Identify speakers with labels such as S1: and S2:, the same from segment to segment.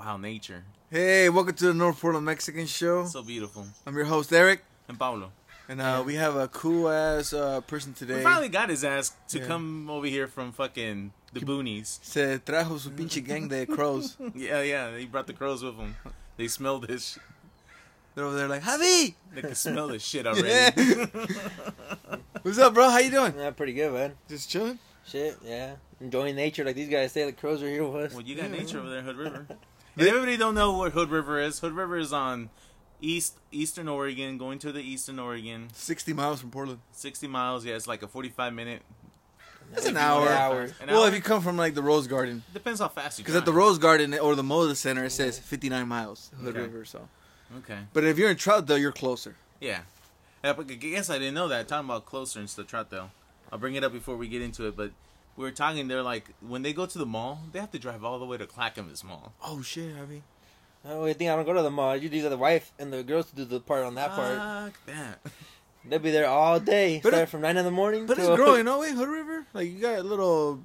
S1: how nature
S2: Hey, welcome to the North Portland Mexican Show.
S1: so beautiful.
S2: I'm your host Eric,
S1: And Pablo,
S2: and uh, we have a cool ass uh, person
S1: we
S2: today.
S1: finally got his ass to
S2: Yeah.
S1: come over here from fucking the boonies.
S2: Se trajo su pinche gang de crows.
S1: Yeah, yeah, he brought the crows with him. They smell this. Sh-
S2: They're over there like Javi.
S1: they can smell this shit already.
S2: What's up, bro? How you doing?
S3: Yeah, pretty good, man.
S2: Just chilling.
S3: Shit, yeah. Enjoying nature like these guys say. The crows are here with us.
S1: Well, you got
S2: Yeah.
S1: nature over there, Hood River.
S2: Yeah.
S1: And everybody don't know where Hood River is. Hood River is on east eastern Oregon, going to the eastern Oregon,
S2: 60 miles from Portland.
S1: 60 miles. Yeah, it's like a 45 minute.
S2: That's an
S3: An
S2: hour.
S3: hour.
S1: An
S2: Well,
S1: hour?
S2: if you come from like the Rose Garden,
S1: depends how fast you.
S2: because at the
S1: drive.
S2: Rose Garden or the Moda Center, it says 59 miles Hood
S1: Okay.
S2: River. So,
S1: Okay.
S2: but if you're in Troutdale, you're closer.
S1: Yeah. I I guess I didn't know that. Talking about closer and stuff, though. I'll bring it up before we get into it, but we were talking. They're like, when they go to the mall, they have to drive all the way to Clackamas Mall.
S2: Oh shit, Javi.
S3: Oh, you think I don't go to the mall? You do the wife and the girls to do the part on that part.
S1: Fuck that.
S3: They'll be there all day,
S2: But
S3: start
S2: it-
S3: from nine in the morning.
S2: But it's
S3: till-
S2: growing, no way, Hood River. Like you got a little.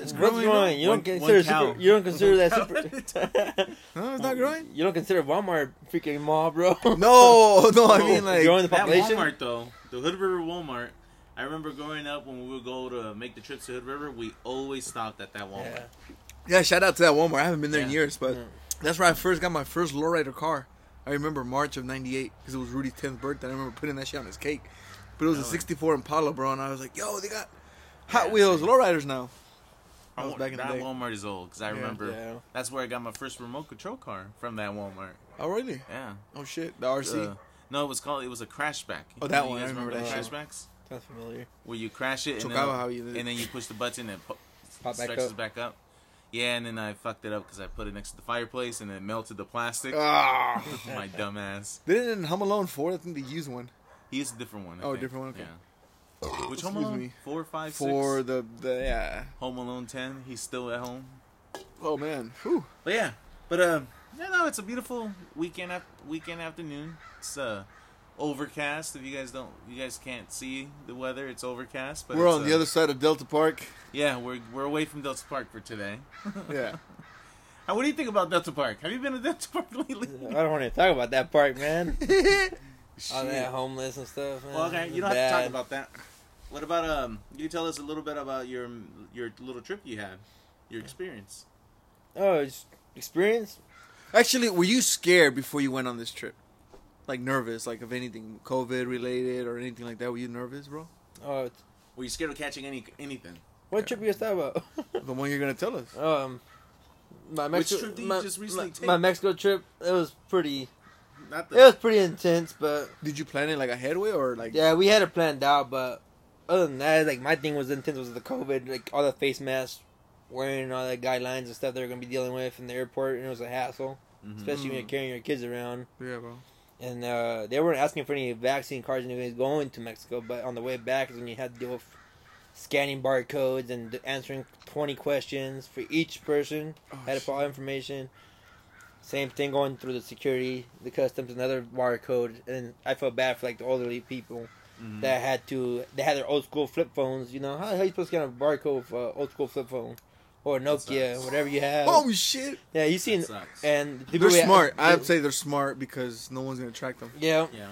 S2: It's
S3: What's
S2: growing.
S3: growing?
S2: no?
S3: You
S1: One-
S3: don't consider
S1: one cow.
S3: super, you don't consider that
S1: cow.
S3: super.
S2: No,
S3: Oh.
S2: it's not growing.
S3: you don't consider Walmart freaking mall, bro.
S2: No, no, I mean like
S3: growing the
S1: That
S3: population.
S1: Walmart though, the Hood River Walmart. I remember growing up when we would go to make the trips to Hood River, we always stopped at that Walmart.
S3: Yeah.
S2: yeah. Shout out to that Walmart. I haven't been there in
S1: Yeah.
S2: years, but
S3: Mm.
S2: that's where I first got my first lowrider car. I remember March of '98 because it was Rudy's 10th birthday. I remember putting that shit on his cake, but it was a
S1: Oh.
S2: '64 Impala, bro, and I was like, "Yo, they got Hot
S1: Yeah,
S2: Wheels
S1: same.
S2: lowriders now."
S1: I
S2: That was
S1: wa-
S2: back in the
S1: that
S2: day.
S1: Walmart is old because I
S2: Yeah.
S1: remember
S3: Yeah.
S1: that's where I got my first remote control car from that Walmart.
S2: Oh really?
S1: Yeah.
S2: Oh shit, the RC.
S1: The- no, it was called. It was a crashback.
S2: Oh, that
S1: You
S2: one. I
S1: guys
S2: remember
S1: the
S2: that
S3: shit.
S1: crashbacks
S3: Sounds familiar.
S1: where you crash it and then,
S2: Chocaba, Javi, the-
S1: and then you push the button and po-
S3: Pop back
S1: stretches
S3: up.
S1: back up. Yeah, and then I fucked it up because I put it next to the fireplace and it melted the plastic.
S2: Ah,
S1: My dumb ass.
S2: they didn't in Home Alone four. I think they used one
S1: He used a different one. I
S2: Oh,
S1: think.
S2: different one, okay.
S1: Yeah. Which Home
S2: Excuse
S1: Alone?
S2: me.
S1: Four, five, six?
S2: for the the yeah.
S1: Home Alone ten. He's still at home.
S2: Oh man, Whew.
S1: But yeah, but um, yeah, no, it's a beautiful weekend af- weekend afternoon. It's uh, overcast. If you guys don't, you guys can't see the weather. It's overcast. But
S2: we're
S1: it's,
S2: on
S1: uh,
S2: the other side of Delta Park.
S1: Yeah, we're we're away from Delta Park for today.
S2: Yeah.
S1: And what do you think about Delta Park? Have you been to Delta Park lately?
S3: I don't want to talk about that part, man.
S2: Oh,
S3: All
S1: Shit.
S3: that homeless and stuff. Man.
S1: Well, okay,
S3: It's
S1: you don't have to talk
S3: bad.
S1: about that. What about um? You tell us a little bit about your your little trip you had, your experience.
S3: Oh, just experience.
S2: Actually, were you scared before you went on this trip? Like nervous, like of anything COVID related or anything like that? Were you nervous, bro?
S3: Oh, it's-
S1: Were you scared of catching any anything?
S3: what trip you guys talking about?
S2: The one you're gonna tell us.
S3: Um, my Mexico
S1: trip did you
S3: my,
S1: just recently
S3: my-
S1: take?
S3: my Mexico trip. It was pretty.
S1: Not
S3: It was pretty intense, but
S2: Did you plan it like a headway or like?
S3: yeah, we had it planned out. But other than that, like my thing was intense was the COVID, like all the face masks, wearing all the guidelines and stuff they were gonna be dealing with in the airport, and it was a hassle,
S2: Mm-hmm.
S1: Mm.
S3: especially when you're carrying your kids around.
S2: Yeah, bro.
S3: And uh, they weren't asking for any vaccine cards and anything going to Mexico, but on the way back is when you had to deal with scanning barcodes and answering 20 questions for each person.
S2: Oh,
S3: had to
S2: shit.
S3: put all information. Same thing going through the security, the customs, another barcode, and I felt bad for like the elderly people
S2: Mm-hmm.
S1: Mm.
S3: that had to they had their old school flip phones. You know how, how you supposed to scan a barcode for an old school flip phone or a Nokia,
S1: sucks.
S3: whatever you have.
S2: Oh shit!
S3: yeah, you seen
S1: sucks.
S3: and
S2: They're
S3: we-
S2: smart. I'd say they're smart because no one's gonna track them.
S3: yeah.
S1: Yeah.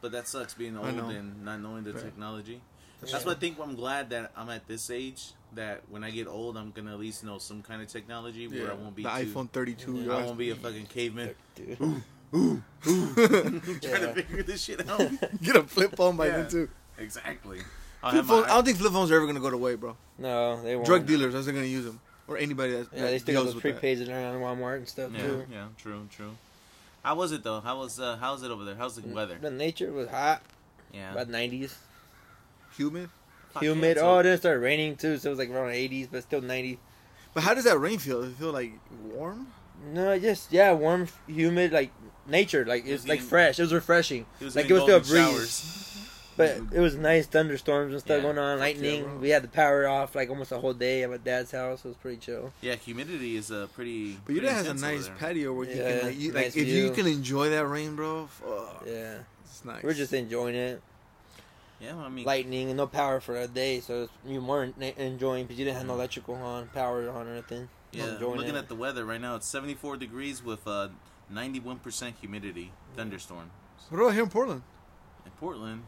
S1: But that sucks being
S2: I
S1: old
S2: know.
S1: and not knowing the
S2: Right.
S1: technology.
S3: Yeah.
S1: That's why I think I'm glad that I'm at this age. That when I get old, I'm gonna at least know some kind of technology where I won't be
S2: the
S1: too,
S2: iPhone 32.
S3: Yeah.
S2: yo.
S1: I won't be a fucking caveman
S3: Dude.
S1: trying
S3: Yeah.
S1: to figure this shit out.
S2: Get a flip phone by
S1: Yeah.
S2: then too.
S1: exactly. I'll
S2: Flip
S1: have
S2: phone,
S1: my
S2: I don't think flip phones are ever gonna go away, bro.
S3: No, they won't.
S2: Drug dealers, that's not gonna use them, or anybody that,
S3: Yeah,
S2: that
S3: they still
S2: deals
S3: got those
S2: with that.
S3: prepaids in there on Walmart and stuff
S1: Yeah,
S3: too.
S1: yeah, true, true. How was it though? How was uh, how's it over there? How's the weather?
S3: The nature was hot,
S1: Yeah,
S3: about nineties.
S2: Humid.
S1: Fuck yeah,
S3: Humid.
S1: so-
S3: Oh, it didn't start raining too, so it was like around eighties, but still ninety.
S2: But how does that rain feel? Does it feel like warm?
S3: No, it just yeah, warm, humid, like nature, like
S1: It was
S3: it's like
S1: getting-
S3: fresh. It was refreshing,
S1: It was
S3: like
S1: getting
S3: it was still a
S1: golden
S3: breeze,
S1: showers.
S3: but it was nice. Thunderstorms and stuff
S1: Yeah.
S3: going on, lightning.
S2: bro.
S3: we had the power off like almost the whole day at my dad's house. It was pretty chill.
S1: Yeah, humidity is a uh, pretty.
S2: But your
S1: pretty
S2: dad has a
S1: intense over
S2: nice
S1: there.
S2: patio where you
S3: Yeah,
S2: can like, you,
S3: nice
S2: like if you
S3: view.
S2: can enjoy that rain, bro. Fuck,
S3: Yeah,
S2: it's nice.
S3: we we're just enjoying it.
S1: Yeah, well, I mean,
S3: lightning and no power for a day, so it's- you weren't na- enjoying because you didn't have
S1: Mm.
S3: no electrical on, power on, or anything.
S1: yeah. I'm
S3: enjoying
S1: looking
S3: it.
S1: at the weather right now, it's 74 degrees with uh, 91% humidity, thunderstorm.
S2: What about here in Portland?
S1: In Portland,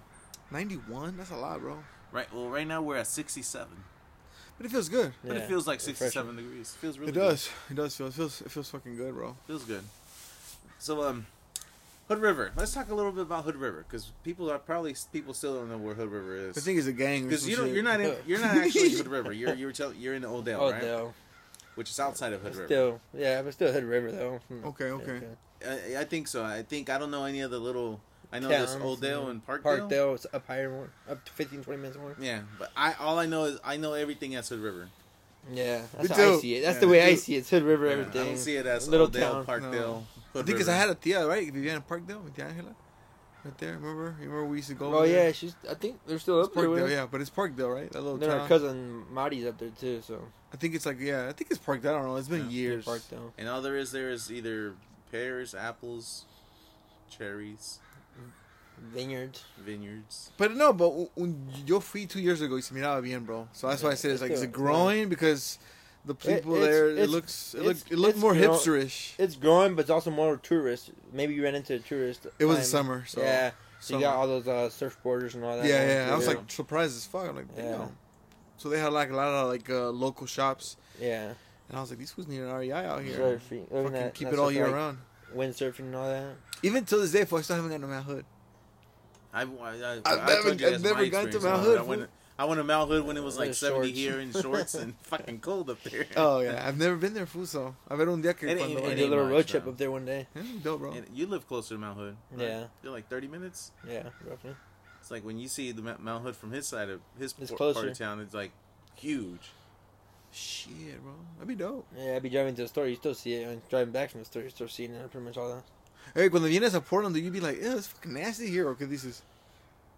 S2: 91? That's a lot, bro.
S1: right? Well, right now we're at 67,
S2: But it feels good.
S1: but
S3: Yeah,
S1: it feels like
S3: refreshing.
S1: 67 degrees. feels really.
S2: It does. It does feel. It feels. It feels fucking good, bro.
S1: Good. Feels good. So um, Hood River. Let's talk a little bit about Hood River because people are probably people still don't know where Hood River is.
S2: I think it's a gang. or
S1: Because
S2: some
S1: you don't,
S2: shit.
S1: you're not in, you're not actually in Hood River. You're you're tell, you're in Odell,
S3: Oh,
S1: right?
S3: though.
S1: Which is outside of Hood River.
S3: Still, yeah, but still Hood River though. Hmm.
S2: Okay, okay.
S1: I, I think so. I think I don't know any of the little. I know this
S3: Towns,
S1: Odell
S3: yeah.
S1: and Parkdale.
S3: Parkdale is up higher, more, up to 15, 20 minutes more.
S1: Yeah, but I all I know is I know everything as Hood River.
S3: Yeah,
S2: Me
S3: that's how I
S2: too.
S3: see it. That's
S2: Yeah,
S3: the
S2: me
S3: way I
S2: too.
S3: see it. It's Hood River,
S1: Yeah,
S3: everything.
S1: I don't see it as
S3: Little
S1: Odell,
S3: town.
S1: Parkdale.
S2: No. I
S1: Hood
S2: think because I
S1: River.
S2: had a tia, right? Viviana in Parkdale, with Angela, right there. Remember? You remember we used to go?
S3: Oh
S2: over there?
S3: yeah, she's. I think they're still
S2: It's
S3: up there. with
S2: Parkdale,
S3: her.
S2: yeah, but it's Parkdale, right? That little
S3: Then
S2: town.
S3: our cousin Marty's up there too. So
S2: I think it's like yeah, I think it's Parkdale. I don't know. It's been
S1: Yeah.
S2: years.
S3: Parkdale.
S1: And all there is there is either pears, apples, cherries,
S3: Vineyards.
S1: vineyards.
S2: But no, but w- when yo fui two years ago, you se miraba bien, bro. So that's why I said it's like is it
S3: Yeah.
S2: growing because the people
S3: it's-
S2: there
S3: it's-
S2: it looks it
S3: it's-
S2: looks it looked
S3: it's
S2: more
S3: grow-
S2: hipsterish.
S3: It's growing, but it's also more tourist. Maybe you ran into a tourist.
S2: It was the
S3: time.
S2: summer, so
S3: yeah, so you got
S2: summer.
S3: all those uh, surfboarders and all that.
S2: yeah,
S3: going
S2: yeah. I
S3: through
S2: was
S1: Yeah.
S3: there.
S2: like surprised as fuck. I'm like, damn.
S3: Yeah.
S2: So they had like a lot of like uh, local shops,
S3: yeah,
S2: and I was like, these fools need an REI out here.
S3: surfing.
S2: Fucking keep it all year round.
S3: Windsurfing and all that.
S2: Even till this day, folks, I still haven't gotten to my hood.
S1: I, I, I,
S2: I've
S1: I
S2: never-
S1: told you guys
S2: I've never
S1: my
S2: gone to
S1: experience
S2: Mount
S1: on
S2: Hood,
S1: it. I went,
S2: fool. Uh,
S1: I went to Mount Hood when it was like
S3: With
S1: 70
S3: shorts.
S1: here in shorts and fucking cold up there.
S2: Oh yeah, I've never been there, fool. So I ver un día que
S1: It ain't- it
S2: cuando
S3: I
S1: ain't
S2: vaya.
S3: did a little
S1: much,
S3: road trip
S1: though.
S3: up there one day.
S2: Yeah, dope, bro.
S1: And you live closer to Mount Hood. right?
S3: Yeah.
S1: You're like 30 minutes?
S3: Yeah, roughly.
S1: It's like when you see the Ma- Mount Hood from his side of his
S3: It's
S1: por- part
S3: closer.
S1: of town, it's like huge.
S2: Shit, bro, that'd be dope.
S3: Yeah, I'd be driving to the store. You still see it. And driving back from the store, you still seeing it. Pretty much all that.
S2: Hey, cuando vienes a Portland, do you be like, "Ew, it's fucking nasty here," or because this is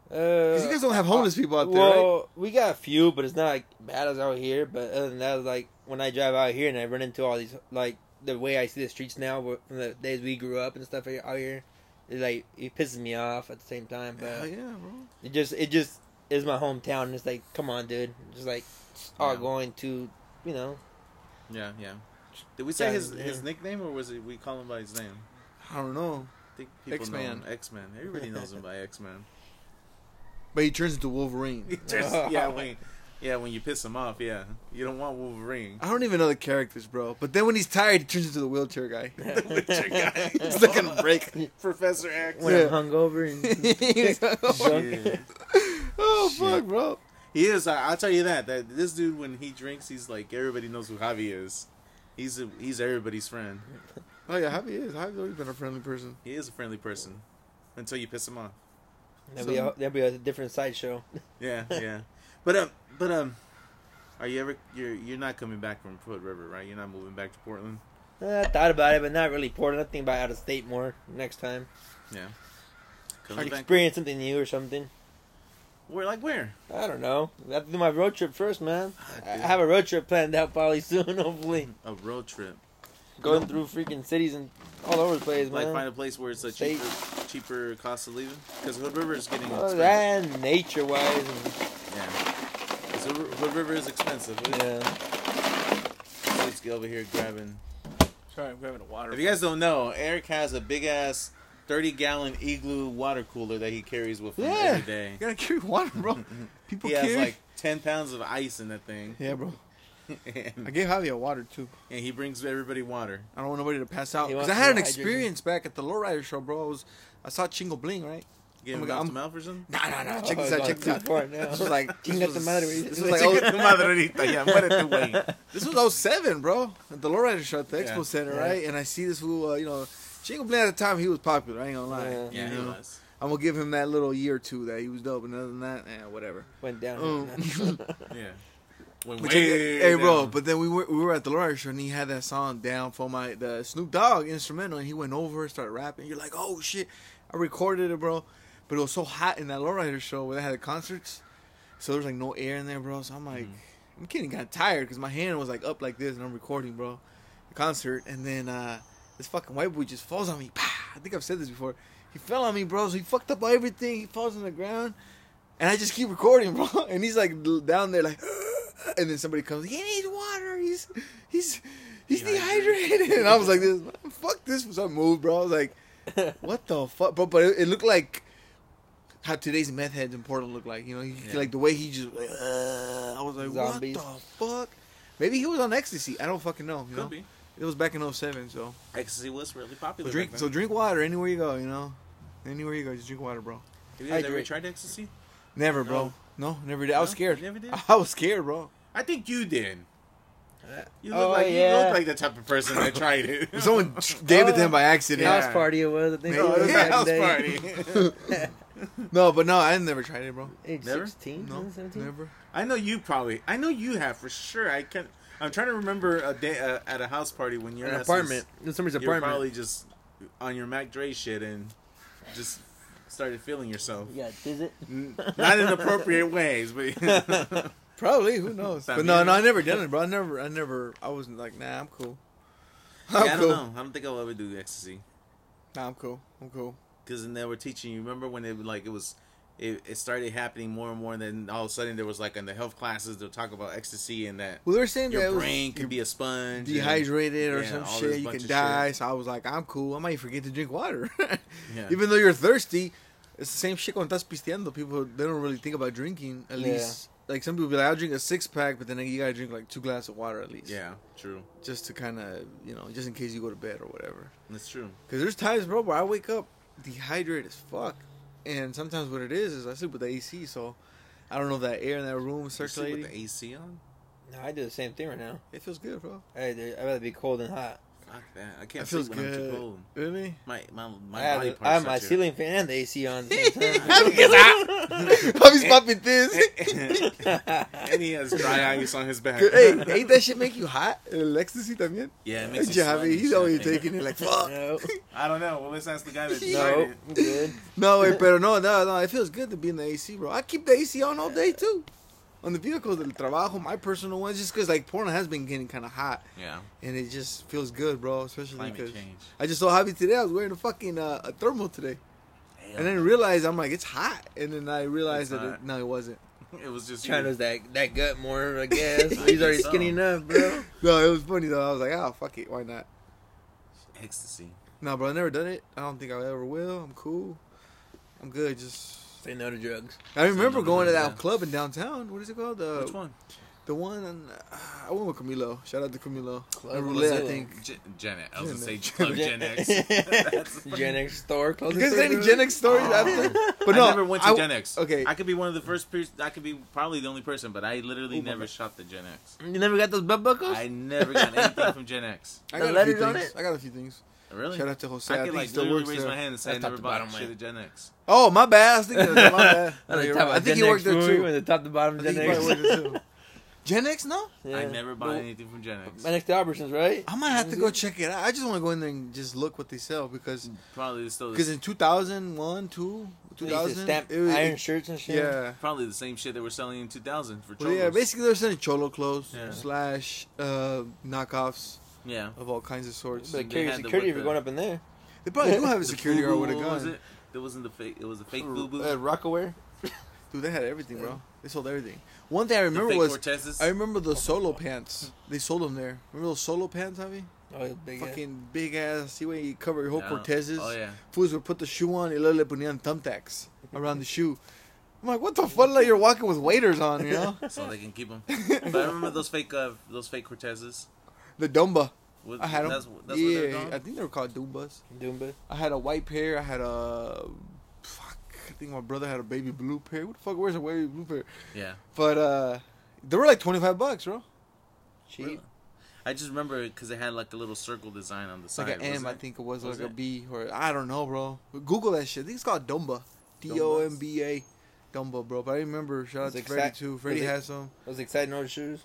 S3: Because
S2: Because you guys don't have homeless people out there, right?
S3: Uh, Well, we got a few, but it's not like bad as out here. But other than that, like when I drive out here and I run into all these, like the way I see the streets now wh- from the days we grew up and stuff here- out here, it like it pisses me off at the same time. But
S2: Hell yeah, bro.
S3: it just it just is my hometown. And it's like, come on, dude, just like all
S1: Yeah.
S3: going to, you know,
S1: Yeah, yeah. Did we say
S3: Yeah,
S1: his
S3: yeah.
S1: his nickname or was it we call him by his name?
S2: I don't know.
S1: I think people know him.
S2: X-Man.
S1: X Man. Everybody knows him by X Man.
S2: But he turns into Wolverine.
S1: yeah, when yeah when you piss him off, yeah, you don't want Wolverine.
S2: I don't even know the characters, bro. But then when he's tired, he turns into the wheelchair guy.
S1: the Witcher guy.
S2: He's like on break.
S1: Professor X.
S3: when
S2: Yeah.
S3: I'm hungover and
S1: Yeah.
S2: oh fuck,
S1: Shit.
S2: bro.
S1: He is. I, I'll tell you that. That this dude, when he drinks, he's like everybody knows who Javi is. He's a, he's everybody's friend.
S2: Oh yeah, Javi is. Javi's always been a friendly person.
S1: He is a friendly person until you piss him off.
S3: that'd be a, that'd be a different sideshow.
S1: Yeah, yeah. But um, but um, are you ever you're you're not coming back from Hood River, right? You're not moving back to Portland.
S3: Eh, I thought about it, but not really important. I think about out of state more next time.
S1: Yeah.
S3: Like
S1: Coming back.
S3: experience something new or something.
S1: We're like where?
S3: I don't know. I have to do my road trip first, man. I I
S1: dude.
S3: have a road trip planned out probably soon, hopefully.
S1: A road trip.
S3: Going through freaking cities and all over the place,
S1: Like
S3: man.
S1: find a place where it's a
S3: State.
S1: cheaper cheaper cost of living because Hood River is getting
S3: Oh,
S1: expensive.
S3: and nature wise, and
S1: Yeah. 'Cause Hood Hood River is expensive.
S3: yeah.
S1: Let's get over here grabbing.
S2: Sorry, I'm grabbing a water.
S1: If you guys don't know, Eric has a big ass thirty gallon igloo water cooler that he carries with him
S2: Yeah,
S1: every day.
S2: you gotta carry water, bro. People
S1: He has
S2: carry.
S1: like ten pounds of ice in that thing,
S2: yeah, bro. I
S1: and,
S2: gave Javi a water too.
S1: and he brings everybody water.
S2: I don't want nobody to pass out.
S3: He
S2: Cause
S3: wants
S2: I had
S3: more
S2: an
S3: hydrogen.
S2: experience back at the Lowrider show, bro. I was, I saw Chingo Bling, right?
S1: You
S2: Oh
S1: give
S2: my
S1: him
S2: God,
S1: mouth to
S2: I'm-
S1: mouth or something.
S2: Nah, nah, nah. Check
S3: Oh,
S2: this out.
S3: God,
S2: Check this out.
S3: for it now.
S2: This was like
S3: Chinga tu madre.
S2: This was
S3: "Oh,
S2: like old-
S1: Tu madrita, ya, muérete, güey.
S2: This was 07, bro. At the Lowrider show at the
S1: Yeah.
S2: Expo Center,
S3: Yeah.
S2: right? And I see this fool, uh, you know, Jingle Bling at the time, he was popular. I ain't gonna lie.
S3: Yeah.
S1: Yeah,
S2: You
S1: he
S2: know?
S1: was.
S2: I'm gonna give him that little year or two that he was dope, and other than that, eh, whatever.
S3: Went down.
S2: Um,
S1: Yeah. Went
S2: But
S1: way
S2: check- hey, bro,
S1: down.
S2: but then we were, we were at the Lowrider show, and he had that song down for my the Snoop Dogg instrumental, and he went over and started rapping. You're like, oh shit. I recorded it, bro. But it was so hot in that Lowrider show where they had the concerts, so there was like no air in there, bro. So I'm like,
S1: Mm.
S2: I'm kidding, got tired because my hand was like up like this, and I'm recording, bro, the concert, and then uh this fucking white boy just falls on me. Pah! I think I've said this before. He fell on me, bro. So he fucked up everything. He falls on the ground, And I just keep recording, bro. And he's like l- down there, like, and then somebody comes. He needs water. He's he's he's
S1: Dehydrated.
S2: dehydrated. And I was like, this fuck this. So I moved, bro. I was like, what the fuck, bro? But it, it looked like how today's meth heads in Portland look like. You know, he,
S1: Yeah.
S2: like the way he just. Like, uh, I was like,
S3: Zombies.
S2: what the fuck? Maybe he was on ecstasy. I don't fucking know. You know,
S1: Could be.
S2: it was back in 07, so
S1: Ecstasy was really popular.
S2: drink.
S1: back
S2: So
S1: then.
S2: drink water anywhere you go. You know, anywhere you go, just drink water, bro.
S1: Have you guys ever
S3: Hydrate.
S1: tried ecstasy?
S2: Never, bro.
S1: No.
S2: No, never did. I was
S1: No?
S2: scared.
S1: Never did?
S2: I was scared, bro.
S1: I think you did. You look
S3: Oh,
S1: like you
S3: yeah.
S1: look like the type of person that tried it.
S2: Someone gave it to him by accident.
S3: House party it was. I think
S2: Yeah,
S3: it was
S2: yeah,
S3: back in
S1: Oh, house
S3: the day.
S1: party.
S2: No, but no, I never tried it, bro.
S3: Age
S1: Never?
S3: 16,
S2: No,
S3: 17?
S2: never.
S1: I know you probably. I know you have for sure. I can. I'm trying to remember a day uh, at a house party when you're
S3: An apartment. In somebody's
S1: You're
S3: apartment.
S1: probably just on your Mac Dre shit and just started feeling yourself.
S3: Yeah, is it?
S1: N- Not in appropriate ways, but
S2: Probably. Who knows?
S1: That
S2: but no,
S1: mean-
S2: no, I never done it, bro. I never, I never. I wasn't like, nah, I'm cool. I'm
S1: Yeah, I
S2: cool.
S1: don't know. I don't think I'll ever do ecstasy
S2: Nah, I'm cool. I'm cool.
S1: because then they were teaching you. Remember when they like it was, it, it started happening more and more. And then all of a sudden there was like in the health classes they'll talk about ecstasy and that
S2: Well, they're saying that
S1: your
S2: it was
S1: brain could be a sponge. and-
S2: dehydrated or
S1: Yeah,
S2: some
S1: all
S2: shit.
S1: this
S2: You
S1: bunch
S2: can
S1: of
S2: die. So I was like, I'm cool. I might forget to drink water,
S1: Yeah.
S2: even though you're thirsty. It's the same shit when estás pisteando. People they don't really think about drinking. At
S3: Yeah.
S2: least like some people be like, I'll drink a six pack, but then you gotta drink like two glasses of water at least.
S1: Yeah, true.
S2: just to kind of you know just in case you go to bed or whatever.
S1: That's true.
S2: Because there's times, bro, where I wake up dehydrated as fuck, and sometimes what it is is I sleep with the AC, so I don't know if that air in that room is
S1: You sleep
S2: circulating.
S1: with the AC on?
S3: No, I do the same thing right now.
S2: It feels good, bro.
S3: Hey, dude, I'd rather be cold than hot.
S1: Fuck that. I
S2: It
S1: can't
S2: feels
S1: sleep when I'm too
S2: good.
S1: cold.
S2: Really?
S1: My my my
S3: I, have,
S1: body
S3: the-
S1: parts.
S3: I have
S1: are
S3: my
S1: too-
S3: ceiling fan and the AC on. At the
S2: Hubby's popping this.
S1: and he has dry ice on his back.
S2: hey, ain't that shit make you hot? El ecstasy también.
S1: Yeah, it makes you
S2: Yeah,
S1: sweat and
S2: he's
S1: shit, I
S2: always
S1: think.
S2: taking it like fuck.
S3: no,
S1: I don't know. Well, let's ask the guy that tried
S3: no,
S1: it.
S3: I'm good.
S2: No, wait, pero no, no, no. It feels good to be in the AC, bro. I keep the AC on all day too. On the vehicles, del trabajo, my personal ones, just because like Portland has been getting kind of hot,
S1: Yeah,
S2: and it just feels good, bro. Especially
S1: climate
S2: because
S1: change.
S2: I just saw Javi today. I was wearing a fucking uh, a thermal today, and then realized I'm like it's hot, and then I realized
S1: It's
S2: that it,
S1: not.
S2: no, it wasn't.
S1: it was just you.
S3: China's that that gut more, I guess. He's already
S1: So.
S3: skinny enough, bro.
S2: No, it was funny though. I was like, oh fuck it, why not?
S1: ecstasy.
S2: No, bro, I never done it. I don't think I ever will. I'm cool. I'm good. Just
S3: Say no to drugs.
S2: I remember
S1: no,
S2: going to
S1: no,
S2: that
S1: yeah.
S2: club in downtown. What is it called? The
S1: Which one?
S2: the one on, uh, I went with Camilo. Shout out to Camilo.
S3: Club
S2: And Roulette, I
S3: Mozilla.
S2: think.
S1: Gen- Gen X. I was gonna say
S2: Gen-
S1: Club Oh, Gen X. That's the-
S3: Gen X store.
S2: You
S3: closes
S2: guys got any
S3: their
S2: Gen
S3: doors.
S2: X stories after? But no,
S1: I never went to
S2: I-
S1: Gen X.
S2: okay.
S1: I could be one of the first. Pe- I could be probably the only person, but I literally
S3: Ooh, my
S1: never
S3: bad.
S1: shot the Gen X.
S3: You never got those butt buckles?
S1: I never got anything from Gen X.
S2: I
S3: The
S2: got a few
S3: letters on
S2: things.
S3: it?
S2: I got a few things.
S1: Really?
S2: Shout out to Jose.
S1: I
S2: I,
S1: could
S2: think he
S1: like
S2: still
S1: literally
S2: works
S1: raise
S2: there.
S1: my hand and say I
S3: That's top
S1: never
S3: to
S1: bought
S3: bottom,
S1: shit
S3: man.
S1: at Gen X.
S2: Oh, my bad. I was thinking that was my bad.
S3: I,
S2: No,
S3: like
S2: you're
S3: top
S2: right. I
S3: of
S2: think he
S3: Gen
S2: worked
S3: X
S2: there
S3: food,
S2: too.
S3: When the top to bottom
S2: I
S3: Gen
S2: think he
S3: X.
S2: probably worked there too. Gen X, no?
S1: I
S3: Yeah.
S1: never bought anything from Gen X.
S3: My next to Albertsons, right?
S2: I might have to go check it out. I just want to go in there and just look what they sell because
S1: Mm. Probably still
S2: because in 2001, 2,
S3: They used to
S2: 2000,
S3: stamp
S2: it was-
S3: iron shirts and shit.
S2: yeah.
S1: probably the same shit they were selling in 2000 for
S2: Well,
S1: cholos.
S2: yeah, basically they're selling cholo clothes
S1: Yeah.
S2: slash uh, knockoffs
S1: Yeah.
S2: of all kinds of sorts.
S3: But
S1: They
S3: carry
S1: had the-
S3: security
S1: what
S3: if you're
S1: the-
S3: going up in there.
S2: They probably do have a
S1: The
S2: security guard with a
S1: FUBU, what Was
S2: gun.
S1: it? It wasn't the fake. It was a fake boo boo.
S3: Uh, Rockaware.
S2: Dude, they had everything, bro. They sold everything. One thing I
S1: the
S2: remember
S1: fake
S2: was
S1: Cortezes.
S2: I remember the solo pants. They sold them there. Remember those solo pants, Javi?
S3: Oh, yeah, big ass.
S2: Fucking big ass. See where you cover your whole
S1: Yeah.
S2: Cortezes.
S1: Oh yeah.
S2: Fools would put the shoe on. Y luego le ponían thumbtacks around the shoe. I'm like, what the fuck? Like you're walking with waiters on, you know?
S1: So they can keep them. but I remember those fake uh, those fake Cortezes.
S2: the Dumba.
S1: With,
S2: I had them.
S1: That's, that's
S2: yeah,
S1: what they're called.
S2: I think they were called Dumbas.
S3: Doomba.
S2: I had a white pair. I had a fuck. I think my brother had a baby blue pair. What the fuck? Where's a baby blue pair?
S1: yeah.
S2: But uh, they were like twenty five bucks, bro.
S3: Cheap.
S1: Really? I just remember because they had like a little circle design on the
S2: It's
S1: side.
S2: like an M,
S1: wasn't
S2: I
S1: it?
S2: think it was,
S1: Was
S2: like a
S1: it?
S2: B or I don't know, bro. Google that shit. I think it's called Dumba, D O M B A, Dumba, bro. But I remember. Shout out
S3: Was
S2: to
S3: it
S2: Freddie
S3: exact-
S2: too. Freddie
S3: was it-
S2: had some,
S3: Those exciting old shoes.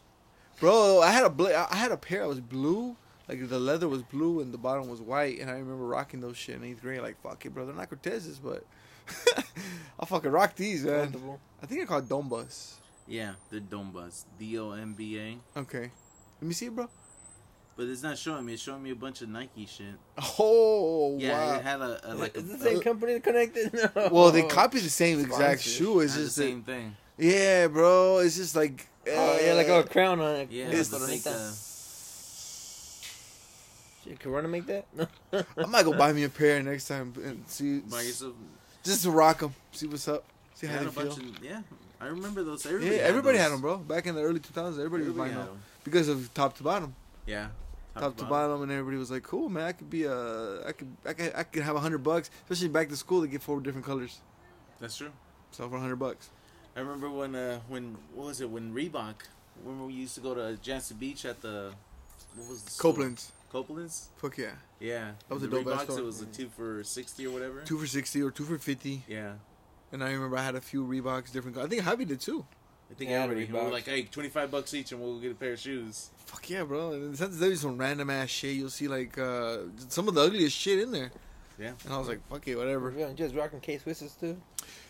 S2: bro. I had a bla- I I had a pair that was blue. Like the leather was blue and the bottom was white, and I remember rocking those shit in eighth grade. Like fuck it, bro. They're not Cortezes, but I fucking rock these, man.
S3: Comfortable.
S2: I think they're called Dombas.
S1: Yeah, the Dombas. D O M B A.
S2: Okay. Let me see it, bro.
S1: But it's not showing me. It's showing me a bunch of Nike shit.
S2: Oh
S1: Yeah,
S2: wow.
S1: it had a, a like a,
S3: Is the same company that connected? No.
S2: well, they copy the same exact
S3: Sponsors.
S2: shoe. It's
S1: had the
S2: just that-
S1: same thing.
S2: yeah, bro. It's just like
S3: Oh yeah, like
S2: uh,
S3: a crown on it.
S1: Yeah,
S2: It's-
S1: the
S3: Corona make that.
S1: Nike-
S3: Shit, Corona make that? No.
S2: I might go buy me a pair next time and see.
S1: Buy yourself.
S2: Just to rock them. See what's up. See
S1: they
S2: how
S1: had
S2: they
S1: a
S2: feel.
S1: bunch of, yeah, I remember those.
S2: yeah,
S1: Everybody had
S2: everybody
S1: those.
S2: had them, bro. Back in the early 2000s, everybody, was
S1: Everybody
S2: buying them.
S1: had 'em.
S2: because of top to bottom.
S1: Yeah.
S2: top to bottom, and everybody was like, "Cool, man, I could be a, I could, I could, I could have a hundred bucks, especially back to school. They get four different colors,
S1: That's true.
S2: so for a hundred bucks.
S1: I remember when uh when what was it when Reebok when we used to go to Jansen Beach at the what was the store?
S2: Copeland's,
S1: Copeland's
S2: fuck yeah,
S1: yeah
S2: That was
S1: the
S2: a dope ass
S1: Reeboks,
S2: store.
S1: it was a two for sixty or whatever
S2: two for sixty or two for fifty.
S1: yeah
S2: And I remember I had a few Reeboks, different. colors. I think Javi did too.
S1: I think
S3: Yeah,
S1: everybody we were
S3: Reeboks.
S1: like hey twenty five bucks each and we'll go get a pair of shoes
S2: Fuck yeah, bro. And then sometimes there's some random ass shit. You'll see like uh, some of the ugliest shit in there.
S1: Yeah.
S2: And I was like, fuck it, whatever.
S3: We're just rocking K Swisses too.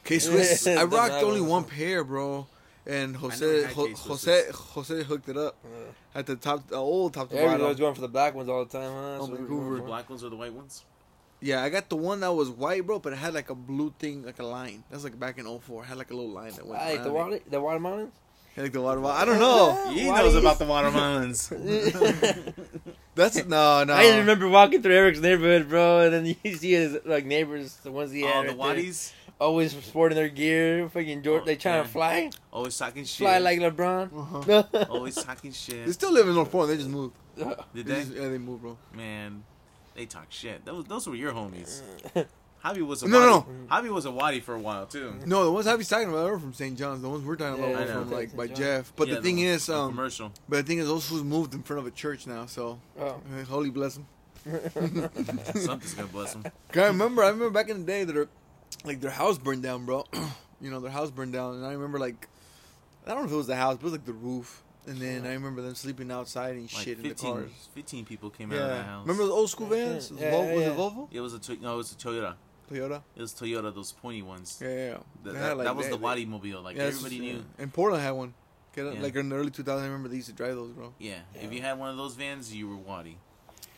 S2: K Swiss. I
S3: Doesn't
S2: rocked
S3: matter.
S2: only one pair, bro. And
S1: never
S2: Jose,
S1: had
S2: jo-
S1: K-Swisses.
S2: Jose, Jose hooked it up at the top, the old top to
S3: Everybody's
S2: bottom.
S3: always going for the black ones all the time, huh?
S2: Oh,
S3: So
S2: but
S3: we're
S2: Hoover
S1: the
S3: going for-
S1: black ones or the white ones
S2: Yeah, I got the one that was white, bro, but it had like a blue thing, like a line. That's like back in 04. It had like a little line that went.
S3: Like
S2: around
S3: the
S2: it.
S3: water, the watermelons.
S2: Yeah, like the water bottle. I don't know.
S1: he
S3: Why
S1: knows
S3: is-
S1: about the watermelons Oh,
S2: That's no, no.
S3: I just remember walking through Eric's neighborhood, bro, and then you see his like neighbors, the ones he had,
S1: oh the
S3: right there,
S1: waddies
S3: always sporting their gear, fucking Jordan.
S1: Oh,
S3: they trying to
S1: yeah.
S3: fly,
S1: always talking shit
S3: fly like LeBron.
S2: Uh-huh.
S1: always talking shit
S2: They still live in North Florida. They just moved.
S1: did
S2: They
S1: they
S2: just, yeah, they moved, bro.
S1: man they talk shit those those were your homies Javi was a
S2: No, no,
S1: waddy. Javi was a waddy for a while too.
S2: No, the ones I was talking about were from St. John's. The ones we're talking about
S3: Yeah,
S2: were
S1: I know.
S2: from like by
S3: St. John's.
S2: Jeff. But
S1: Yeah,
S2: the thing
S1: one-
S2: is,
S1: the
S2: um,
S1: commercial.
S2: but the thing is, those fools moved in front of a church now. So
S3: oh.
S2: uh, holy bless them.
S1: Something's gonna bless him.
S2: Cause I remember, I remember back in the day, their like their house burned down, bro. you know, their house burned down, and I remember like I don't know if it was the house, but it was like the roof. And then I remember them sleeping outside and
S1: Like
S2: shit in the
S1: 15,
S2: cars.
S1: 15 people came out of that
S2: Yeah,
S1: house.
S2: remember the old school
S3: Yeah,
S2: vans?
S3: yeah,
S2: Vol- was
S3: yeah.
S2: it Volvo?
S1: It was a to- no, it was a Toyota.
S2: Toyota.
S1: It was Toyota, those pointy ones.
S2: Yeah, yeah. yeah.
S1: Th-
S2: They
S1: that,
S2: had, like,
S1: that was
S2: they-
S1: the
S2: they-
S1: Wadi mobile. Like
S2: yeah, it's
S1: everybody
S2: just-
S1: knew.
S2: yeah. And Portland had one. Get it?
S1: Yeah.
S2: Like in the early 2000s, I remember they used to drive those, bro.
S1: Yeah.
S3: Yeah.
S1: if you had one of those vans, you were Wadi.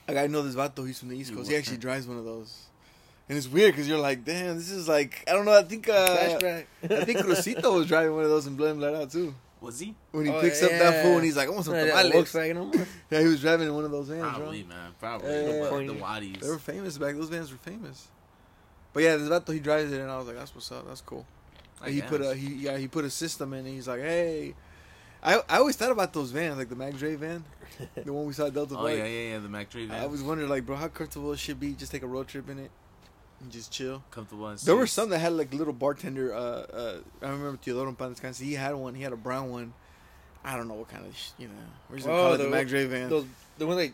S2: Like I know this vato, he's from the East
S1: You
S2: Coast. He
S1: were.
S2: actually drives one of those, and it's weird because you're like, damn, this is like I don't know. I think uh,
S3: Flashback.
S2: I think Rosito was driving one of those and bled him out too.
S1: Was he?
S2: When he
S3: Oh,
S2: picks up
S3: yeah.
S2: that fool and he's like, I want some
S3: Yeah, that
S2: tamales.
S3: Volkswagen no more.
S2: Yeah, he was driving in one of those vans, bro.
S1: Probably, man. Probably.
S3: Yeah.
S1: But
S3: Pointy.
S1: the Wadis.
S2: They were famous back. Those vans were famous. But yeah, this vato, he drives it, and I was like, that's what's up. That's cool.
S1: I
S2: he put a
S1: guess.
S2: he yeah he put a system in. and he's like, hey, I I always thought about those vans, like the Mac Dre van, the one we saw at Delta
S1: Oh
S2: Bike.
S1: yeah, yeah, yeah. The Mac Tree van.
S2: I always wondered, like, bro, how comfortable it should be just take a road trip in it and just chill.
S1: comfortable. and
S2: There were
S1: safe.
S2: some that had like little bartender. Uh, uh, I remember Theodoro Pantas He had one. He had a brown one. I don't know what kind of sh- you know. We're just gonna
S3: Oh,
S2: call it the
S3: the-
S2: Mac Dre van.
S3: Those, the one like,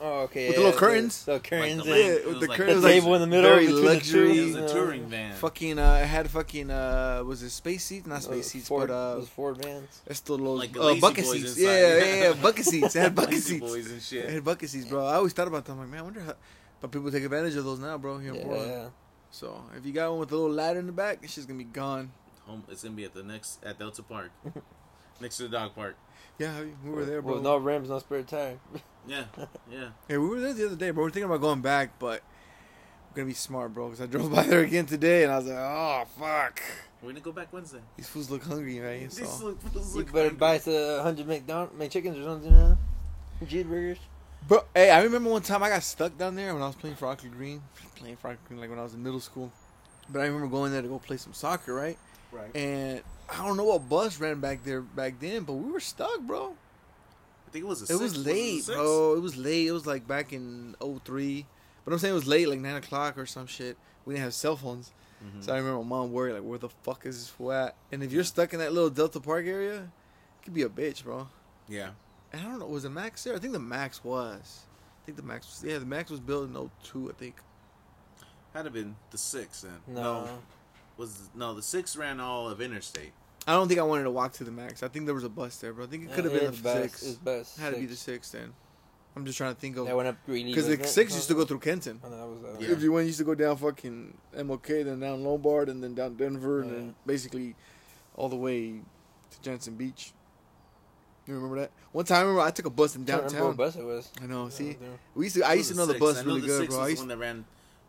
S3: oh okay,
S2: With the
S3: yeah,
S2: little curtains?
S3: the, curtains,
S1: the
S3: and-
S2: yeah,
S1: It
S2: with
S1: was
S2: the
S1: like-
S2: curtains,
S1: The
S2: like,
S1: table
S3: in the middle
S2: very
S3: between the
S1: It
S3: two.
S2: luxury.
S1: was
S3: uh,
S1: a touring van.
S2: Fucking, uh, I had fucking, uh, was it space seats? Not space
S3: those
S2: seats,
S3: Ford,
S2: but uh,
S3: those Ford vans.
S2: it's still those
S1: Like
S2: uh,
S1: Lazy
S2: bucket
S1: Boys
S2: seats.
S1: inside.
S2: Yeah, yeah, yeah, bucket seats. It had bucket
S1: Lazy
S2: seats.
S1: boys and
S2: It
S1: shit.
S2: had bucket seats, bro. I always thought about them. Like, man, I wonder how, but people take advantage of those now, bro. Here in Portland.
S3: Yeah,
S2: So if you got one with a little ladder in the back, it's just gonna be gone.
S1: Home, it's gonna be at the next at Delta Park, next to the dog park.
S2: Yeah, we were there, bro.
S3: With no rims, no spare tire.
S1: Yeah, yeah.
S2: Yeah, we were there the other day, bro. We're thinking about going back, but we're gonna be smart, bro. Because I drove by there again today, and I was like, oh fuck,
S1: We're gonna go back Wednesday.
S2: these fools look hungry, right?
S1: This
S2: So,
S1: look- this
S3: You
S1: look
S3: better
S1: hungry.
S3: buy a hundred McDonald McChickens or something. Huh? Cheeseburgers.
S2: bro, hey, I remember one time I got stuck down there when I was playing for Rocky Green, playing for Rocky Green like when I was in middle school. But I remember going there to go play some soccer, right?
S1: Right.
S2: And I don't know what bus ran back there back then, but we were stuck, bro.
S1: I think it was a
S2: It
S1: six.
S2: was
S1: Wasn't
S2: late,
S1: six?
S2: bro. It was late. It was like back in 03. But I'm saying it was late, like 9 o'clock or some shit. We didn't have cell phones.
S1: Mhm.
S2: So I remember my mom worried, like, where the fuck is this fool at? And if you're stuck in that little Delta Park area, it could be a bitch, bro.
S1: Yeah.
S2: And I don't know, was the Max there? I think the Max was. I think the Max was, yeah, the Max was built in 02, I think.
S1: Had to have been the six then.
S3: No.
S1: Was no the six ran all of interstate.
S2: I don't think I wanted to walk to the Max. I think there was a bus there, bro. I think it could have been
S3: It's
S2: the
S3: best,
S2: six.
S3: It's best.
S2: It had to be the
S3: six.
S2: six then. I'm just trying to think
S3: That
S2: of.
S3: went up Greeley.
S2: Because the
S3: wasn't it?
S2: six used to
S3: No.
S2: go through Kenton.
S3: Oh, no, that was that.
S1: Yeah.
S2: If you went, you used to go down fucking MLK, then down Lombard, and then down Denver, and
S3: Yeah.
S2: then basically all the way to Johnson Beach. You remember that? One time, I remember I took a bus in
S3: I don't remember
S2: downtown.
S3: what bus it was.
S2: I know. See,
S3: Yeah.
S2: we used to. I used to know the
S1: six.
S2: bus
S1: I know
S2: really
S1: the
S2: good,
S1: six
S2: bro.
S1: was
S2: I
S1: the
S2: used
S1: one that ran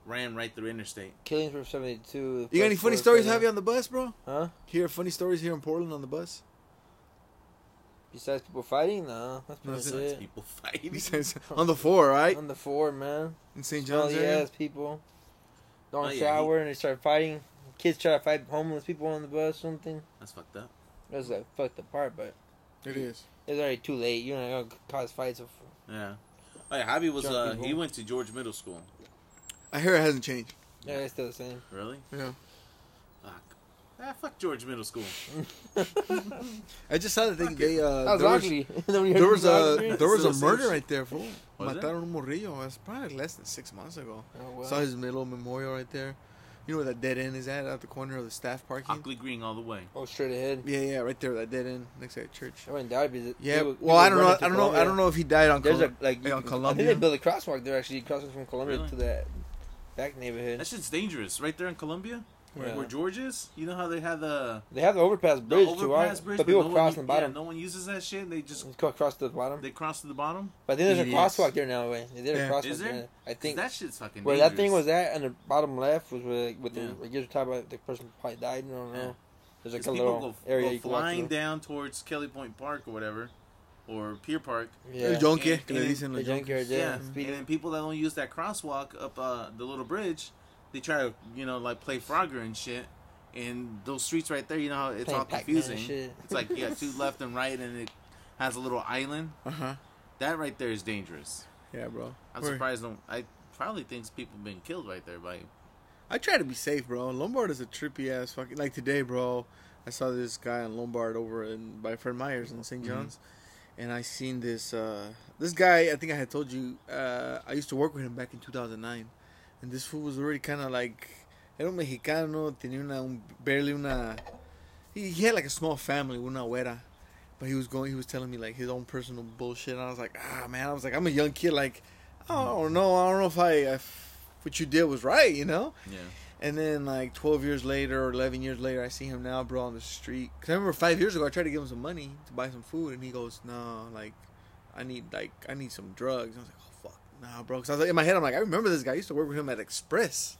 S1: ran right through interstate.
S3: Killings were seventy two.
S2: You got any funny stories have you on the bus, bro?
S3: Huh?
S2: Hear funny stories here in Portland on the bus?
S3: Besides people fighting, no. That's pretty
S2: That's
S3: much
S1: Besides
S3: it.
S1: people fighting.
S2: on the four, right?
S3: On the four, man.
S2: In St. John's
S3: Smelly
S2: area.
S3: ass people. Don't
S1: Oh, yeah,
S3: shower and they start fighting. Kids try to fight homeless people on the bus, something.
S1: That's fucked up.
S3: It was like fucked apart, but
S2: It is.
S3: it was already too late. You're not gonna cause fights. Of,
S1: Yeah. Oh, yeah, Javi was
S3: Drunk
S1: uh,
S3: people.
S1: he went to George Middle School.
S2: I hear it hasn't changed.
S3: yeah, it's still the same.
S1: Really?
S2: Yeah. Mm-hmm.
S1: Fuck. Ah, fuck George Middle School.
S2: I just saw that they,
S1: Fuck it.
S2: they
S3: That
S2: uh,
S3: was
S2: there was,
S3: ugly.
S2: there was a
S3: Ugly?
S2: there was a
S1: Suicide.
S2: murder right there. Fool.
S1: Was it?
S2: Mataron un morrillo. That's probably less than six months ago.
S3: Oh, well.
S2: Saw his middle memorial right there. You know where that dead end is at? At the corner of the staff parking.
S1: Ockley Green all the way.
S3: Oh, straight ahead.
S2: Yeah, yeah, right there, that dead end next to that church.
S3: I wouldn't doubt it.
S2: Yeah. well, I don't know. I don't know. I don't know if he died on.
S3: There's
S2: Col-
S3: a like
S2: on
S3: I think
S2: Columbia.
S3: they built a crosswalk there actually, crossing from Columbia
S1: Really?
S3: to that back neighborhood.
S1: That shit's dangerous. Right there in Columbia,
S3: Yeah.
S1: where George is. You know how they have the,
S3: They have the overpass
S1: the
S3: bridge too,
S1: overpass
S3: right?
S1: bridge,
S3: but people
S1: no
S3: cross
S1: one,
S3: on the bottom.
S1: Yeah, no one uses that shit. and They just
S3: Just go across the bottom.
S1: they cross to the bottom.
S3: But then there's a
S2: Idiots.
S3: crosswalk there now. Right? They did a
S2: Yeah.
S3: crosswalk.
S1: Is there?
S3: there. I
S1: 'Cause
S3: think
S1: that shit's fucking.
S3: where
S1: dangerous.
S3: that thing was at on the bottom left was where with
S1: Yeah.
S3: the where you were talking about the person probably died. I don't know.
S1: Yeah.
S3: There's like
S1: Because
S3: a
S1: people
S3: little
S1: go,
S3: area
S1: go
S3: you can walk
S1: flying
S3: through.
S1: down towards Kelly Point Park or whatever, or Pier Park.
S2: El
S3: Yeah.
S2: Yonke,
S1: And-
S2: que le
S1: and-
S2: dicen
S3: The
S2: los Yonkers.
S3: junkyard, yeah.
S1: Yeah, and
S3: Speeding.
S1: then people that don't use that crosswalk up uh, the little bridge, they try to you know like play Frogger and shit. And those streets right there, you know how it's
S3: Playing
S1: all
S3: Pac-Man and
S1: confusing.
S3: shit.
S1: It's like you got two left and right, and it has a little island.
S2: Uh huh.
S1: That right there is dangerous.
S2: Yeah, bro.
S1: I'm
S2: We're-
S1: surprised. do I probably think people been killed right there by
S2: I try to be safe, bro. Lombard is a trippy ass fucking. Like today, bro, I saw this guy on Lombard over in by Fred Myers in saint
S1: Mhm.
S2: John's, and I seen this uh this guy. I think I had told you uh I used to work with him back in 2009, and this fool was already kind of like era un mexicano, tenía una un, barely una. He, he had like a small family, una güera. But he was going. He was telling me like his own personal bullshit. And I was like, ah, man. I was like, I'm a young kid. Like, I don't know. I don't know if I if what you did was right. You know.
S1: yeah.
S2: And then like 12 years later or 11 years later, I see him now, bro, on the street. Cause I remember five years ago, I tried to give him some money to buy some food, and he goes, "No, like, I need like I need some drugs." And I was like, "Oh fuck, nah, bro." Cause I was like in my head, I'm like, I remember this guy. I used to work with him at Express,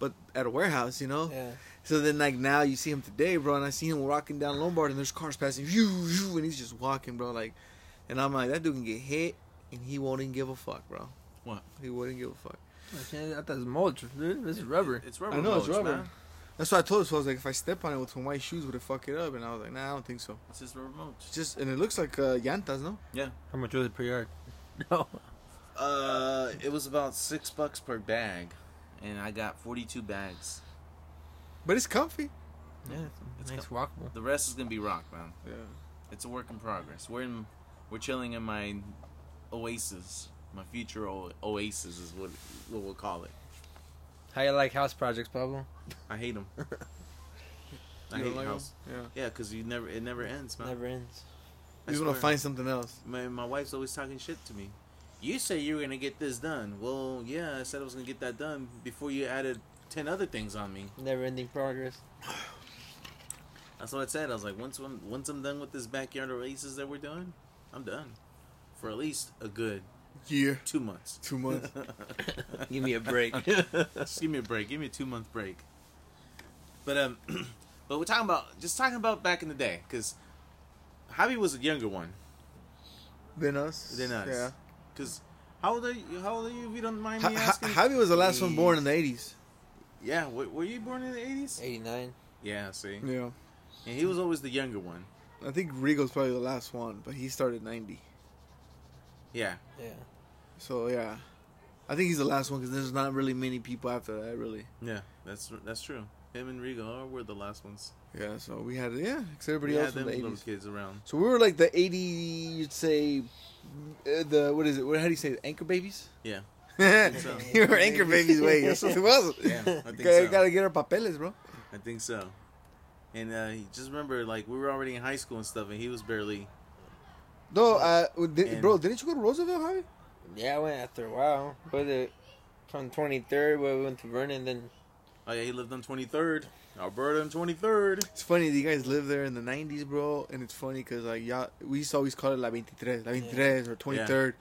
S2: but at a warehouse, you know.
S3: Yeah.
S2: So then like now you see him today, bro, and I see him walking down Lombard, and there's cars passing, you, you, and he's just walking, bro, like, and I'm like, that dude can get hit, and he won't even give a fuck, bro.
S1: What?
S2: He wouldn't give a fuck.
S3: I thought it was mulch, dude. This is rubber.
S1: It's rubber.
S2: I know, it's
S1: mulch,
S2: rubber.
S1: man.
S2: That's what I told us. I was like, if I step on it with some white shoes, would it fuck it up? And I was like, nah, I don't think so.
S1: It's just rubber mulch.
S2: It's just and it looks like uh, llantas, no?
S3: How much was it per yard? No.
S1: Uh, it was about six bucks per bag, and I got forty-two bags.
S2: But it's comfy.
S3: Yeah.
S1: It's
S3: nice walkable.
S1: The rest is gonna be rock, man.
S2: Yeah.
S1: It's a work in progress. We're in, we're chilling in my oasis. My future o- oasis is what, what we'll call it.
S3: How you like house projects, Pablo?
S1: I hate them. I
S2: You
S1: hate
S2: don't like
S1: house.
S2: them? Yeah.
S1: Yeah, cause you never, it never ends, man.
S3: Never ends.
S1: I
S2: You want to
S1: swear.
S2: find something else.
S1: My my wife's always talking shit to me. You say you were gonna get this done. Well, yeah, I said I was gonna get that done before you added ten other things on me.
S3: Never ending progress.
S1: That's what I said. I was like, once I'm, once I'm done with this backyard oasis that we're doing, I'm done for at least a good
S2: Year,
S1: two months.
S2: two months.
S3: Give me a break.
S1: Just give me a break. Give me a two month break. But um, but we're talking about just talking about back in the day because Javi was a younger one
S2: then us.
S1: than us.
S2: Yeah.
S1: Because how old are you? How old are you? If you don't mind
S2: Ha-
S1: me
S2: ha-
S1: asking.
S2: Javi was the last one born in the eighties.
S1: yeah. W- were you born in the eighties?
S3: 89.
S1: Yeah. See.
S2: Yeah.
S1: And he was always the younger one.
S2: I think Rigo's probably the last one, but he started ninety.
S1: Yeah.
S3: Yeah.
S2: So yeah, I think he's the last one because there's not really many people after that, really.
S1: Yeah. That's that's true. Him and Rigo were the last ones.
S2: Yeah. So we had yeah, because everybody
S1: we
S2: else
S1: had
S2: was
S1: them
S2: in the
S1: little
S2: eighties.
S1: kids around.
S2: So we were like the 80, you'd say, uh, the, what is it? What, how do you say it? Anchor babies?
S1: Yeah. so.
S2: you were anchor babies, way. That's what it was.
S1: Yeah, I think
S2: Gotta,
S1: so.
S2: gotta get our papeles, bro.
S1: I think so. And uh, just remember, like we were already in high school and stuff, and he was barely.
S2: No, uh, did,
S1: And-
S2: bro, didn't you go to Roosevelt, Javi?
S3: Yeah, I went after a while. But uh, from 23rd, where we went to Vernon, then
S1: Oh yeah, he lived on 23rd, Alberta on 23rd.
S2: It's funny you guys lived there in the '90s, bro, and it's funny because like y'all, we used to always call it La 23, La 23 or 23rd.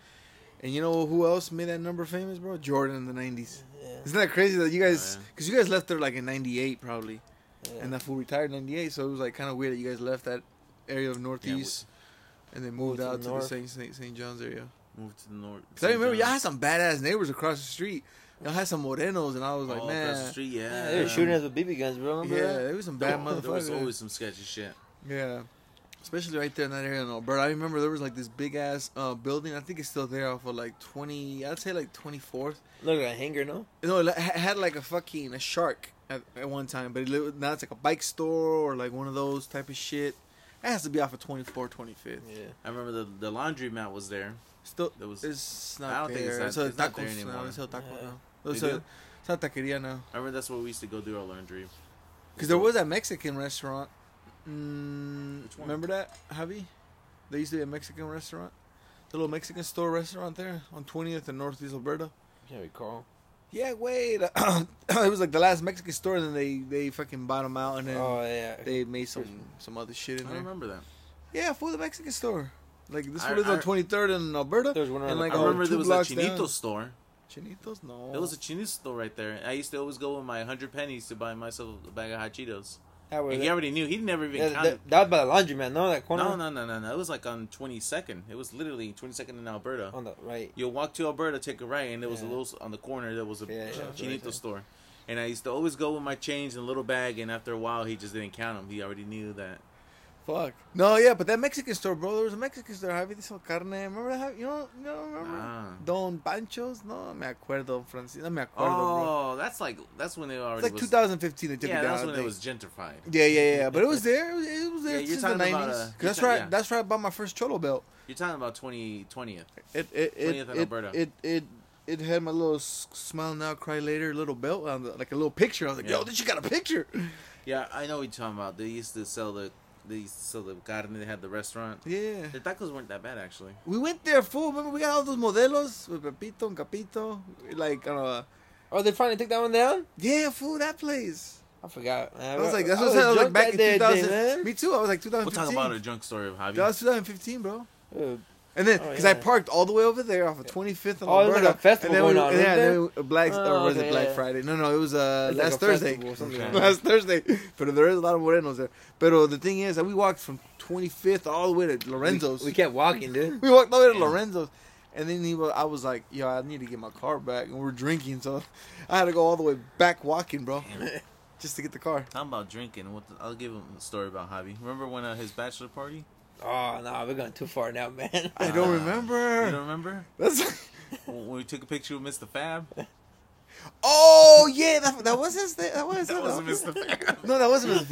S2: And you know who else made that number famous, bro? Jordan in the '90s.
S3: Yeah.
S2: Isn't that crazy that you guys,
S1: Oh, yeah.
S2: because you guys left there like in '98 probably,
S3: Yeah.
S2: and that fool retired in '98, so it was like kind of weird that you guys left that area of Northeast and then moved
S3: Moved to
S2: out
S3: the
S2: to the
S3: north.
S2: St. St. St. John's area.
S1: Moved to the north.
S2: Cause I remember y'all had some badass neighbors across the street. Y'all had some morenos, and I was like,
S1: oh,
S2: man,
S1: across the street, yeah.
S3: Yeah, they were shooting us with BB guns, bro.
S2: um, yeah,
S3: Remember that?
S2: there was some bad
S1: There was
S2: motherfuckers.
S1: always some sketchy shit.
S2: Yeah. Especially right there in that area in Alberta. I remember there was like this big ass uh, building. I think it's still there off of like 20, I'd say like 24th.
S3: Look at a hanger, no?
S2: No, it ha- had like a fucking a shark at, at one time, but it, li- now it's like a bike store or like one of those type of shit. That has to be off of 24, 25th.
S3: Yeah.
S1: I remember the the laundromat was there.
S2: Still,
S1: There was.
S2: it's not
S1: I don't
S2: there.
S1: think it's that-
S2: a
S1: it's not
S2: tacos
S1: there
S2: now.
S1: anymore.
S2: It's a taco
S3: Yeah.
S2: now.
S1: They
S2: It's, a,
S1: do?
S2: it's not taqueria now.
S1: I remember that's where we used to go do our laundry.
S2: Because there was that Mexican restaurant. Mm,
S1: Which one?
S2: remember that, Javi? There used to be a Mexican restaurant. The little Mexican store restaurant there on 20th and Northeast Alberta.
S3: Can't recall.
S2: Yeah, wait. it was like the last Mexican store, and then they, they fucking bought them out, and then
S3: Oh, yeah.
S2: they made some, some other shit
S1: I
S2: in
S1: don't
S2: there.
S1: remember that.
S2: Yeah, for the Mexican store. Like this
S1: I-
S2: one is on
S1: I-
S2: 23rd in Alberta.
S3: There's one
S2: and
S3: on
S2: like
S1: I
S2: all
S1: remember
S2: two
S1: there was a
S2: blocks
S1: Chinito
S2: down. Oh.
S1: store.
S2: Chinitos? No.
S1: There was a Chinito store right there. I used to always go with my hundred pennies to buy myself a bag of hot Cheetos.
S3: that, was
S1: And he already knew. He never even
S3: that,
S1: counted.
S3: that- that was by the laundromat, no? That corner?
S1: No, no, no, no, no. It was like on 22nd. It was literally 22nd in Alberta.
S3: On the right.
S1: You'll walk to Alberta, take a right, and there was a
S3: Oh. Yeah.
S1: little on the corner. There was a
S3: Yeah, yeah,
S1: Chinito
S3: that's right.
S1: store, and I used to always go with my change in a little bag. And after a while, he just didn't count them. He already knew that.
S2: Fuck. No, yeah, but that Mexican store, bro. There was a Mexican store. Javi they sold carne. Remember that? Javi? You don't, you don't remember?
S1: Ah.
S2: Don Pancho's? No, me acuerdo, Francisco. No me acuerdo, bro.
S1: Oh, that's like that's when they
S2: It's
S1: already
S2: like
S1: was.
S2: 2015 they took
S1: yeah,
S2: it down.
S1: that's
S2: I
S1: when it
S2: think.
S1: was gentrified.
S2: Yeah, yeah, yeah. But it was there. It was, it was there
S1: Yeah, you're
S2: since the
S1: talking
S2: 90s.
S1: about, uh,
S2: 'Cause
S1: you're
S2: that's
S1: ta-
S2: right.
S1: yeah.
S2: That's right. I bought my first cholo belt.
S1: You're talking about 20, 20th.
S2: It it it
S1: 20th in
S2: it,
S1: Alberta.
S2: it it it had my little s- smile now, cry later little belt on the like a little picture. I was like,
S1: Yeah.
S2: yo, this you got a picture?
S1: Yeah, I know what you're talking about. They used to sell the they used to sell the garden. They had the restaurant.
S2: Yeah.
S1: The tacos weren't that bad actually.
S2: We went there full. Remember, we got all those modelos with Pepito and Capito, like uh,
S3: Oh, they finally took that one down?
S2: yeah, fool that place.
S3: I forgot.
S2: I was like, that's what I said. I was like back in 2000. me too. I was like
S1: We'll
S2: 2015.
S1: talk about a drunk story of Javi.
S2: That was 2015, bro.
S3: man.
S2: And then,
S3: Oh,
S2: because I
S3: yeah.
S2: parked all the way over there off of 25th and
S3: Oh, it was like a festival
S2: and then
S3: going
S2: we,
S3: on,
S2: Yeah,
S3: wasn't
S2: and
S3: there?
S2: then we, Black, uh,
S3: Oh,
S2: or was
S3: okay,
S2: it Black
S3: yeah.
S2: Friday? No, no, it was uh,
S3: It's like
S2: last
S3: a
S2: Thursday.
S3: festival or something
S1: like that.
S2: last Thursday. But there is a lot of morenos there. But the thing is that we walked from 25th all the way to Lorenzo's.
S3: We, we kept walking, dude.
S2: We walked all the way to
S1: Yeah.
S2: Lorenzo's. And then he was, I was like, yo, I need to get my car back. And we were drinking, so I had to go all the way back walking, bro, just to get the car.
S1: Talking about drinking, what the, I'll give him a story about Javi. Remember when uh, his bachelor party?
S3: Oh, no, we're going too far now, man.
S2: I don't
S1: Ah.
S2: remember.
S1: You don't remember
S2: That's
S1: when we took a picture with Mr. Fab?
S2: oh yeah, that, that was his. Thing. That was
S1: That
S2: his-
S1: wasn't Mr. Fab.
S2: No, that wasn't Mr.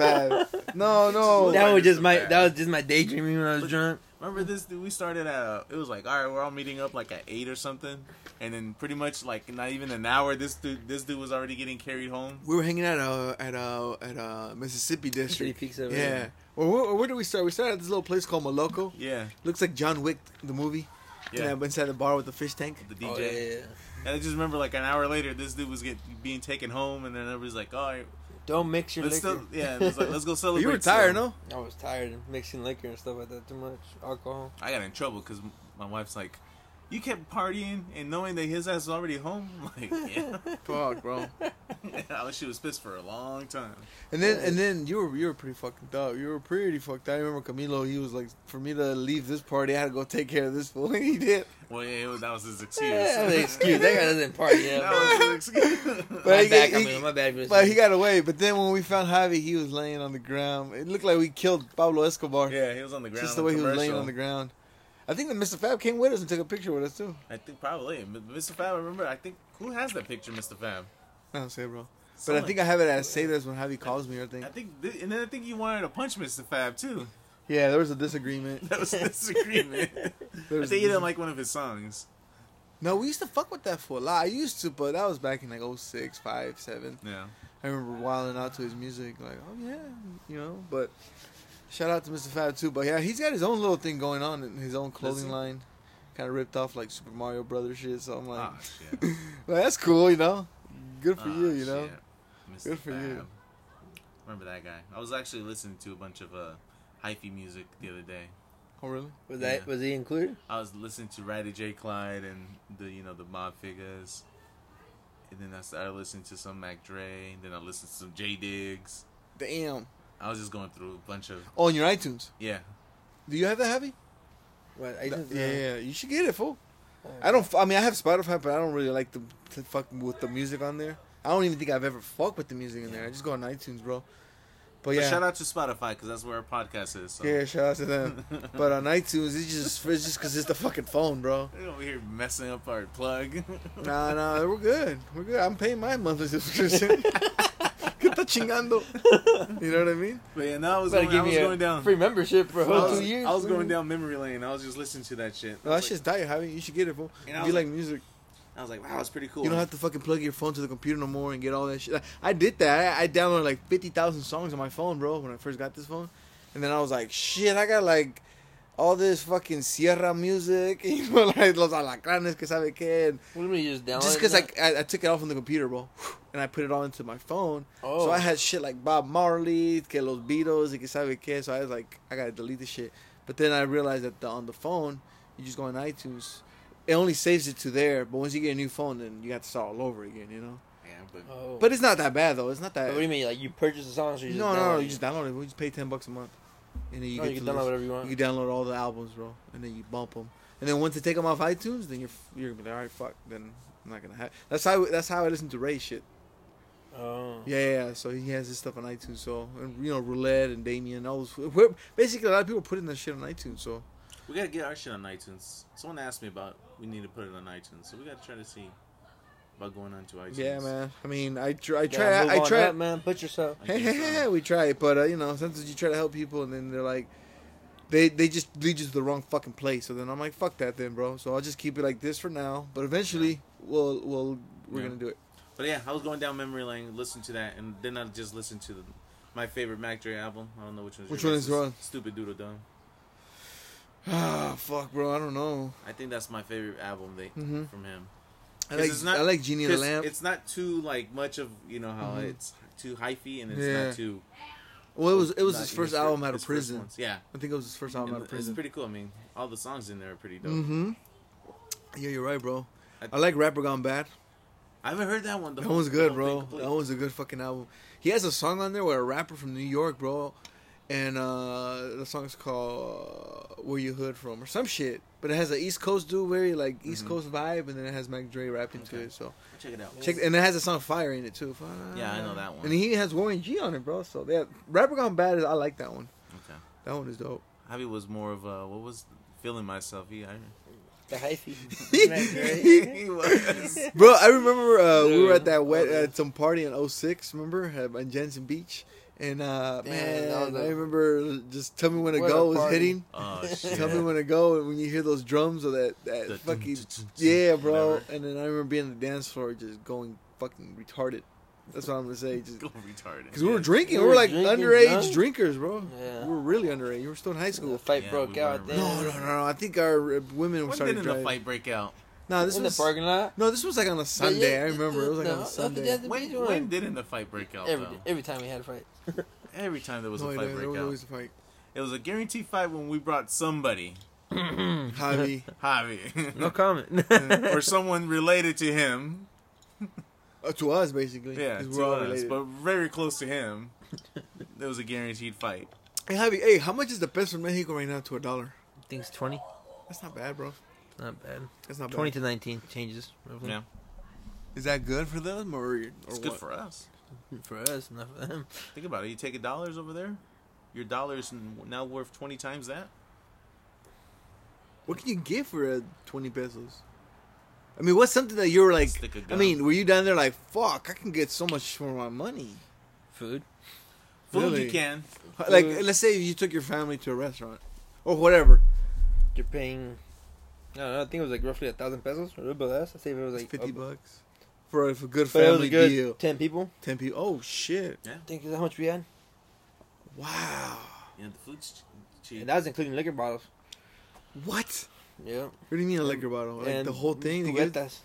S2: Fab. No, no.
S1: That
S3: that was
S1: was
S3: just
S1: so
S3: my
S1: bad.
S3: that was just my daydreaming when I was
S1: But-
S3: drunk.
S1: Remember this? dude, We started at uh, it was like all right, we're all meeting up like at eight or something, and then pretty much like not even an hour, this dude this dude was already getting carried home.
S2: we were hanging out uh, at uh, at uh, Mississippi
S3: City
S2: District.
S3: peaks over
S2: Yeah. Well, where, where did we start? We started at this little place called Maloko.
S1: Yeah,
S2: Looks like John Wick the movie. Yeah.
S1: yeah.
S2: And I'm inside the bar with the fish tank.
S1: the DJ.
S3: Oh, yeah, yeah. yeah.
S1: And I just remember like an hour later, this dude was get, being taken home, and then everybody's like, all right,
S3: Don't mix your
S1: let's
S3: liquor.
S1: still, yeah, it was like, let's go celebrate.
S2: you were tired,
S1: still.
S2: no?
S3: I was tired of mixing liquor and stuff like that too much. Alcohol.
S1: I got in trouble because my wife's like, you kept partying and knowing that his ass was already home. I'm like, yeah.
S2: Fuck, bro.
S1: I was, she was pissed for a long time.
S2: And then and then you were you were pretty fucked up. You were pretty fucked. up. I remember Camilo. He was like, for me to leave this party, I had to go take care of this fool. And he did.
S1: Well, yeah, it was, that was his excuse.
S3: Yeah, that was an excuse. That guy doesn't party. Yeah,
S1: That
S3: bro.
S1: was his excuse.
S2: But
S3: my
S2: he-
S3: bad,
S2: he-
S3: Camilo. My bad. for
S2: But he
S3: listening.
S2: got away. But then when we found Javi, he was laying on the ground. It looked like we killed Pablo Escobar.
S1: yeah, he was on the ground.
S2: just the way he was laying
S1: commercial.
S2: on the ground. I think that Mr. Fab came with us and took a picture with us too.
S1: I think probably. M- Mr. Fab, I remember, I think, who has that picture, Mr. Fab?
S2: I don't say, bro. But I
S1: Someone.
S2: think I have it as say this when Javi calls me or thing.
S1: I think, thi- and then I think you wanted to punch Mr. Fab too.
S2: Yeah, there was a disagreement.
S1: That was a disagreement.
S2: There
S1: I
S2: was
S1: think you
S2: a dis-
S1: didn't like one of his songs.
S2: No, we used to fuck with that for a lot. I used to, but that was back in like 06, 5, 7.
S1: Yeah.
S2: I remember wilding out to his music, like, oh yeah, you know. But shout out to Mr. Fab too. But yeah, he's got his own little thing going on in his own clothing
S1: he?
S2: line, kind of ripped off like Super Mario Brothers shit. So I'm like,
S1: Ah, shit.
S2: Well, that's cool, you know. Good for
S1: Ah,
S2: you, you know.
S1: shit. Mr.
S2: Good for you.
S1: Fab. Remember that guy? I was actually listening to a bunch of uh, hyphy music the other day.
S2: Oh really?
S3: Was that
S1: Yeah.
S3: was he included?
S1: I was listening to Ratty J. Clyde and the you know the Mob Figures, and then I started listening to some Mac Dre. And then I listened to some J Diggs.
S2: Damn.
S1: I was just going through a bunch of
S2: Oh, on your iTunes.
S1: yeah.
S2: Do you have that heavy?
S3: What, I uh, Oh,
S2: Yeah,
S3: didn't
S2: yeah,
S3: know.
S2: yeah. You should get it, fool. I don't. f- I mean, I have Spotify, but I don't really like to, to fuck with the music on there. I don't even think I've ever fucked with the music in there. I just go on iTunes, bro. But
S1: But
S2: yeah,
S1: shout out to Spotify because that's where our podcast is. So.
S2: yeah, shout out to them. but on iTunes, it's just it's just because it's the fucking phone, bro.
S1: We're over here messing up our plug.
S2: Nah, nah, we're good. We're good. I'm paying my monthly subscription. Get the chingando. You know what I mean?
S1: but yeah, no, I was
S3: Better
S1: going, I
S3: give
S1: was
S3: me
S1: going
S3: a
S1: down.
S3: free membership for a
S1: I
S3: whole
S1: was,
S3: two years.
S1: I was going down memory lane. I was just listening to that shit. I
S2: No, that
S1: was like,
S2: shit's diet, Javi. You should get it, fool.
S1: And I
S2: If you
S1: was-
S2: like music,
S1: I was like, wow, it's pretty cool.
S2: you don't have to fucking plug your phone to the computer no more and get all that shit. I did that. I, I downloaded like fifty thousand songs on my phone, bro, when I first got this phone, and then I was like, shit, I got like all this fucking Sierra music, you know, like los alacranes que sabe que, and
S3: What do you mean you just download?
S2: just because like I, I took it off on the computer, bro, and I put it all into my phone.
S3: oh,
S2: So I had shit like Bob Marley, que los Beatles, y que sabe que. So I was like, I gotta delete this shit. But then I realized that the, on the phone, you just go on iTunes. It only saves it to there, but once you get a new phone, then you have to start all over again, you know.
S1: Yeah, but
S3: Oh.
S2: But it's not that bad though. It's not that.
S3: But what do you mean? Like you purchase the songs? Or you
S2: no, no,
S3: just
S2: no.
S3: download
S2: You
S3: it?
S2: just download it. We just pay ten bucks a month, and then you
S3: No,
S2: get to
S3: you can download
S2: listen-
S3: whatever you want.
S2: you can download all the albums, bro, and then you bump them. And then once they take them off iTunes, then you're you're gonna be like, all right, fuck. Then I'm not gonna have. That's how that's how I listen to Ray shit.
S3: oh.
S2: Yeah, yeah, yeah. So he has his stuff on iTunes. So and you know, Roulette and Damien, all those. We're, basically, a lot of people putting that shit on iTunes. So
S1: we gotta get our shit on iTunes. Someone asked me about we need to put it on iTunes, so we gotta try to see about going onto iTunes.
S2: yeah, man. I mean, I try, I
S3: Yeah,
S2: try,
S3: move
S2: I
S3: on
S2: try.
S3: up, man. Put yourself.
S1: I
S2: hey,
S1: think
S2: hey,
S1: so.
S2: hey, hey, we try it, but uh, you know, sometimes you try to help people, and then they're like, they they just lead you to the wrong fucking place. So then I'm like, fuck that, then, bro. So I'll just keep it like this for now. But eventually, we'll we'll we're
S1: Yeah.
S2: gonna do it.
S1: But yeah, I was going down memory lane, listening to that, and then I just listened to the, my favorite Mac Dre album. I don't know which one's
S2: Which
S1: your
S2: one is
S1: guys'.
S2: wrong?
S1: Stupid Doodle Dumb.
S2: Ah, fuck, bro. I don't know.
S1: I think that's my favorite album they
S2: Mhm.
S1: from him.
S2: I
S1: 'Cause
S2: like
S1: it's not-
S2: I like Genie in the
S1: 'Cause
S2: Lamp.
S1: It's not too like much of you know how
S2: Mhm.
S1: it's too hyphy and it's
S2: Yeah.
S1: not too.
S2: Well, it was it was
S1: not
S2: his
S1: even
S2: first
S1: fir-
S2: album out of
S1: his first
S2: prison.
S1: ones. Yeah,
S2: I think it was his first album
S1: And
S2: out of
S1: it's
S2: prison.
S1: pretty cool. I mean, all the songs in there are pretty dope.
S2: Mm-hmm. Yeah, you're right, bro.
S1: I-
S2: I like Rapper Gone Bad.
S1: I haven't heard that one. though.
S2: That one's
S1: The whole
S2: good,
S1: thing
S2: bro.
S1: complete.
S2: That one's a good fucking album. He has a song on there with a rapper from New York, bro. And uh, the song's called "Where You Hood From" or some shit, but it has an East Coast dude, very like East
S1: Mhm.
S2: Coast vibe, and then it has Mac Dre rapping to
S1: Okay.
S2: it. So
S1: Check it out.
S2: check, and it has a song "Fire" in it too.
S1: Yeah, I know that one.
S2: And he has Warren G on it, bro. So yeah, rapper gone bad is I like that one.
S1: Okay.
S2: That one is dope.
S1: Javi was more of a what was feeling myself. He, I,
S3: The hyphy.
S1: he was.
S2: Bro, I remember uh, we were at that wet
S3: Okay.
S2: at some party in 06, remember, at- on Jensen Beach. And uh,
S3: Damn, that
S2: man,
S3: was a-
S2: I remember just tell me when to
S3: What a
S2: go was
S3: party.
S2: hitting.
S1: Oh shit.
S2: Tell me when to go, and when you hear those drums or that that
S1: The
S2: fucking
S1: dun, dun, dun,
S2: yeah,
S1: dun,
S2: bro.
S1: whatever.
S2: And then I remember being on the dance floor, just going fucking retarded. That's what I'm gonna say, just
S1: Go retarded.
S2: because we were drinking,
S3: We
S2: we were
S3: were
S2: like
S3: drinking
S2: underage
S3: drunk?
S2: drinkers, bro.
S3: Yeah.
S2: We were really underage. You were still in high
S3: The
S2: school.
S3: fight
S1: Yeah,
S3: broke
S1: we
S3: out.
S1: weren't
S3: Then.
S1: really-
S2: No, no, no, no. I think our uh, women were
S1: When did
S2: starting
S1: in
S2: to
S1: the
S2: drive.
S1: fight break out?
S2: No, this
S3: in
S2: was
S3: the parking lot.
S2: no, this was like on a Sunday. I remember it was like on
S3: No,
S2: a
S3: no,
S2: Sunday.
S3: that's-
S1: When,
S3: Which one?
S1: when did in the fight break out?
S3: Every
S1: though?
S3: every time we had a fight.
S1: Every time there was
S2: No,
S1: a
S2: it-
S1: fight
S2: there
S1: break
S2: was
S1: out.
S2: always a fight.
S1: It was a guaranteed fight when we brought somebody,
S2: Javi.
S1: Javi,
S3: comment.
S1: or someone related to him.
S2: Uh, to us, basically.
S1: Yeah,
S2: 'cause
S1: to us,
S2: related.
S1: but very close to him. There was a guaranteed fight.
S2: Hey, Javi, hey, how much is the peso in Mexico right now to a dollar?
S3: Things twenty.
S2: That's not bad, bro.
S3: Not bad.
S2: That's not
S3: Twenty
S2: bad.
S3: to nineteen changes.
S1: Yeah,
S2: Is that good for them or, or
S1: it's
S2: what?
S1: good for us.
S3: For us, not for them.
S1: Think about it. You take a dollars over there, your dollars n- now worth twenty times that.
S2: what can you get for uh, 20 pesos? I mean, what's something that you were like?
S1: Stick of
S2: I
S1: gum.
S2: mean, were you down there like, fuck, I can get so much for my money?
S3: Food.
S1: Food
S2: Really?
S1: you can.
S2: Like,
S3: Uh,
S2: let's say you took your family to a restaurant or whatever.
S3: You're paying. I don't know. I think it was like roughly a thousand pesos, or a little bit less. I think it was
S2: It's
S3: like
S2: 50
S3: up-
S2: bucks for a, for a um, good
S3: but it was a
S2: family
S3: good
S2: deal.
S3: Ten people.
S2: 10 people. Oh, shit.
S3: I think that's how much we had,
S2: Wow.
S1: You know, the food's ch- cheap.
S3: and that was including liquor bottles.
S2: What?
S3: Yeah.
S2: What do you mean a liquor bottle? Like
S3: and
S2: the whole thing? to get-
S3: Juguetas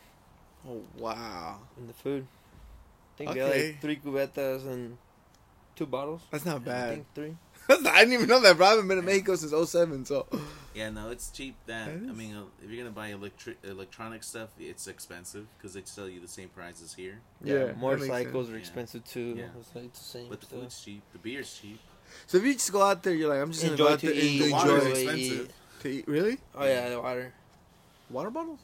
S2: Oh wow!
S3: and the food. think we had
S2: Okay.
S3: like three cubetas and two bottles.
S2: That's not
S3: I
S2: bad.
S3: think three.
S2: I didn't even know that, bro. I haven't been to Mexico since 07, so.
S1: Yeah, no, it's cheap. That I
S2: That is-
S1: mean, uh, if you're gonna buy electric electronic stuff, it's expensive because they sell you the same price as here.
S2: Yeah, that makes
S3: motorcycles are
S1: sense.
S3: expensive too.
S1: Yeah.
S3: It's like the same
S1: But the
S3: stuff.
S1: food's cheap, the beer's cheap.
S2: So if you just go out there, you're like, I'm just going to go
S3: Enjoy
S2: out there
S3: to
S2: and
S3: eat.
S1: The
S2: enjoy
S1: water's
S3: water
S2: it.
S1: expensive.
S2: to eat. Really?
S3: Oh yeah, the water.
S2: Water bottles?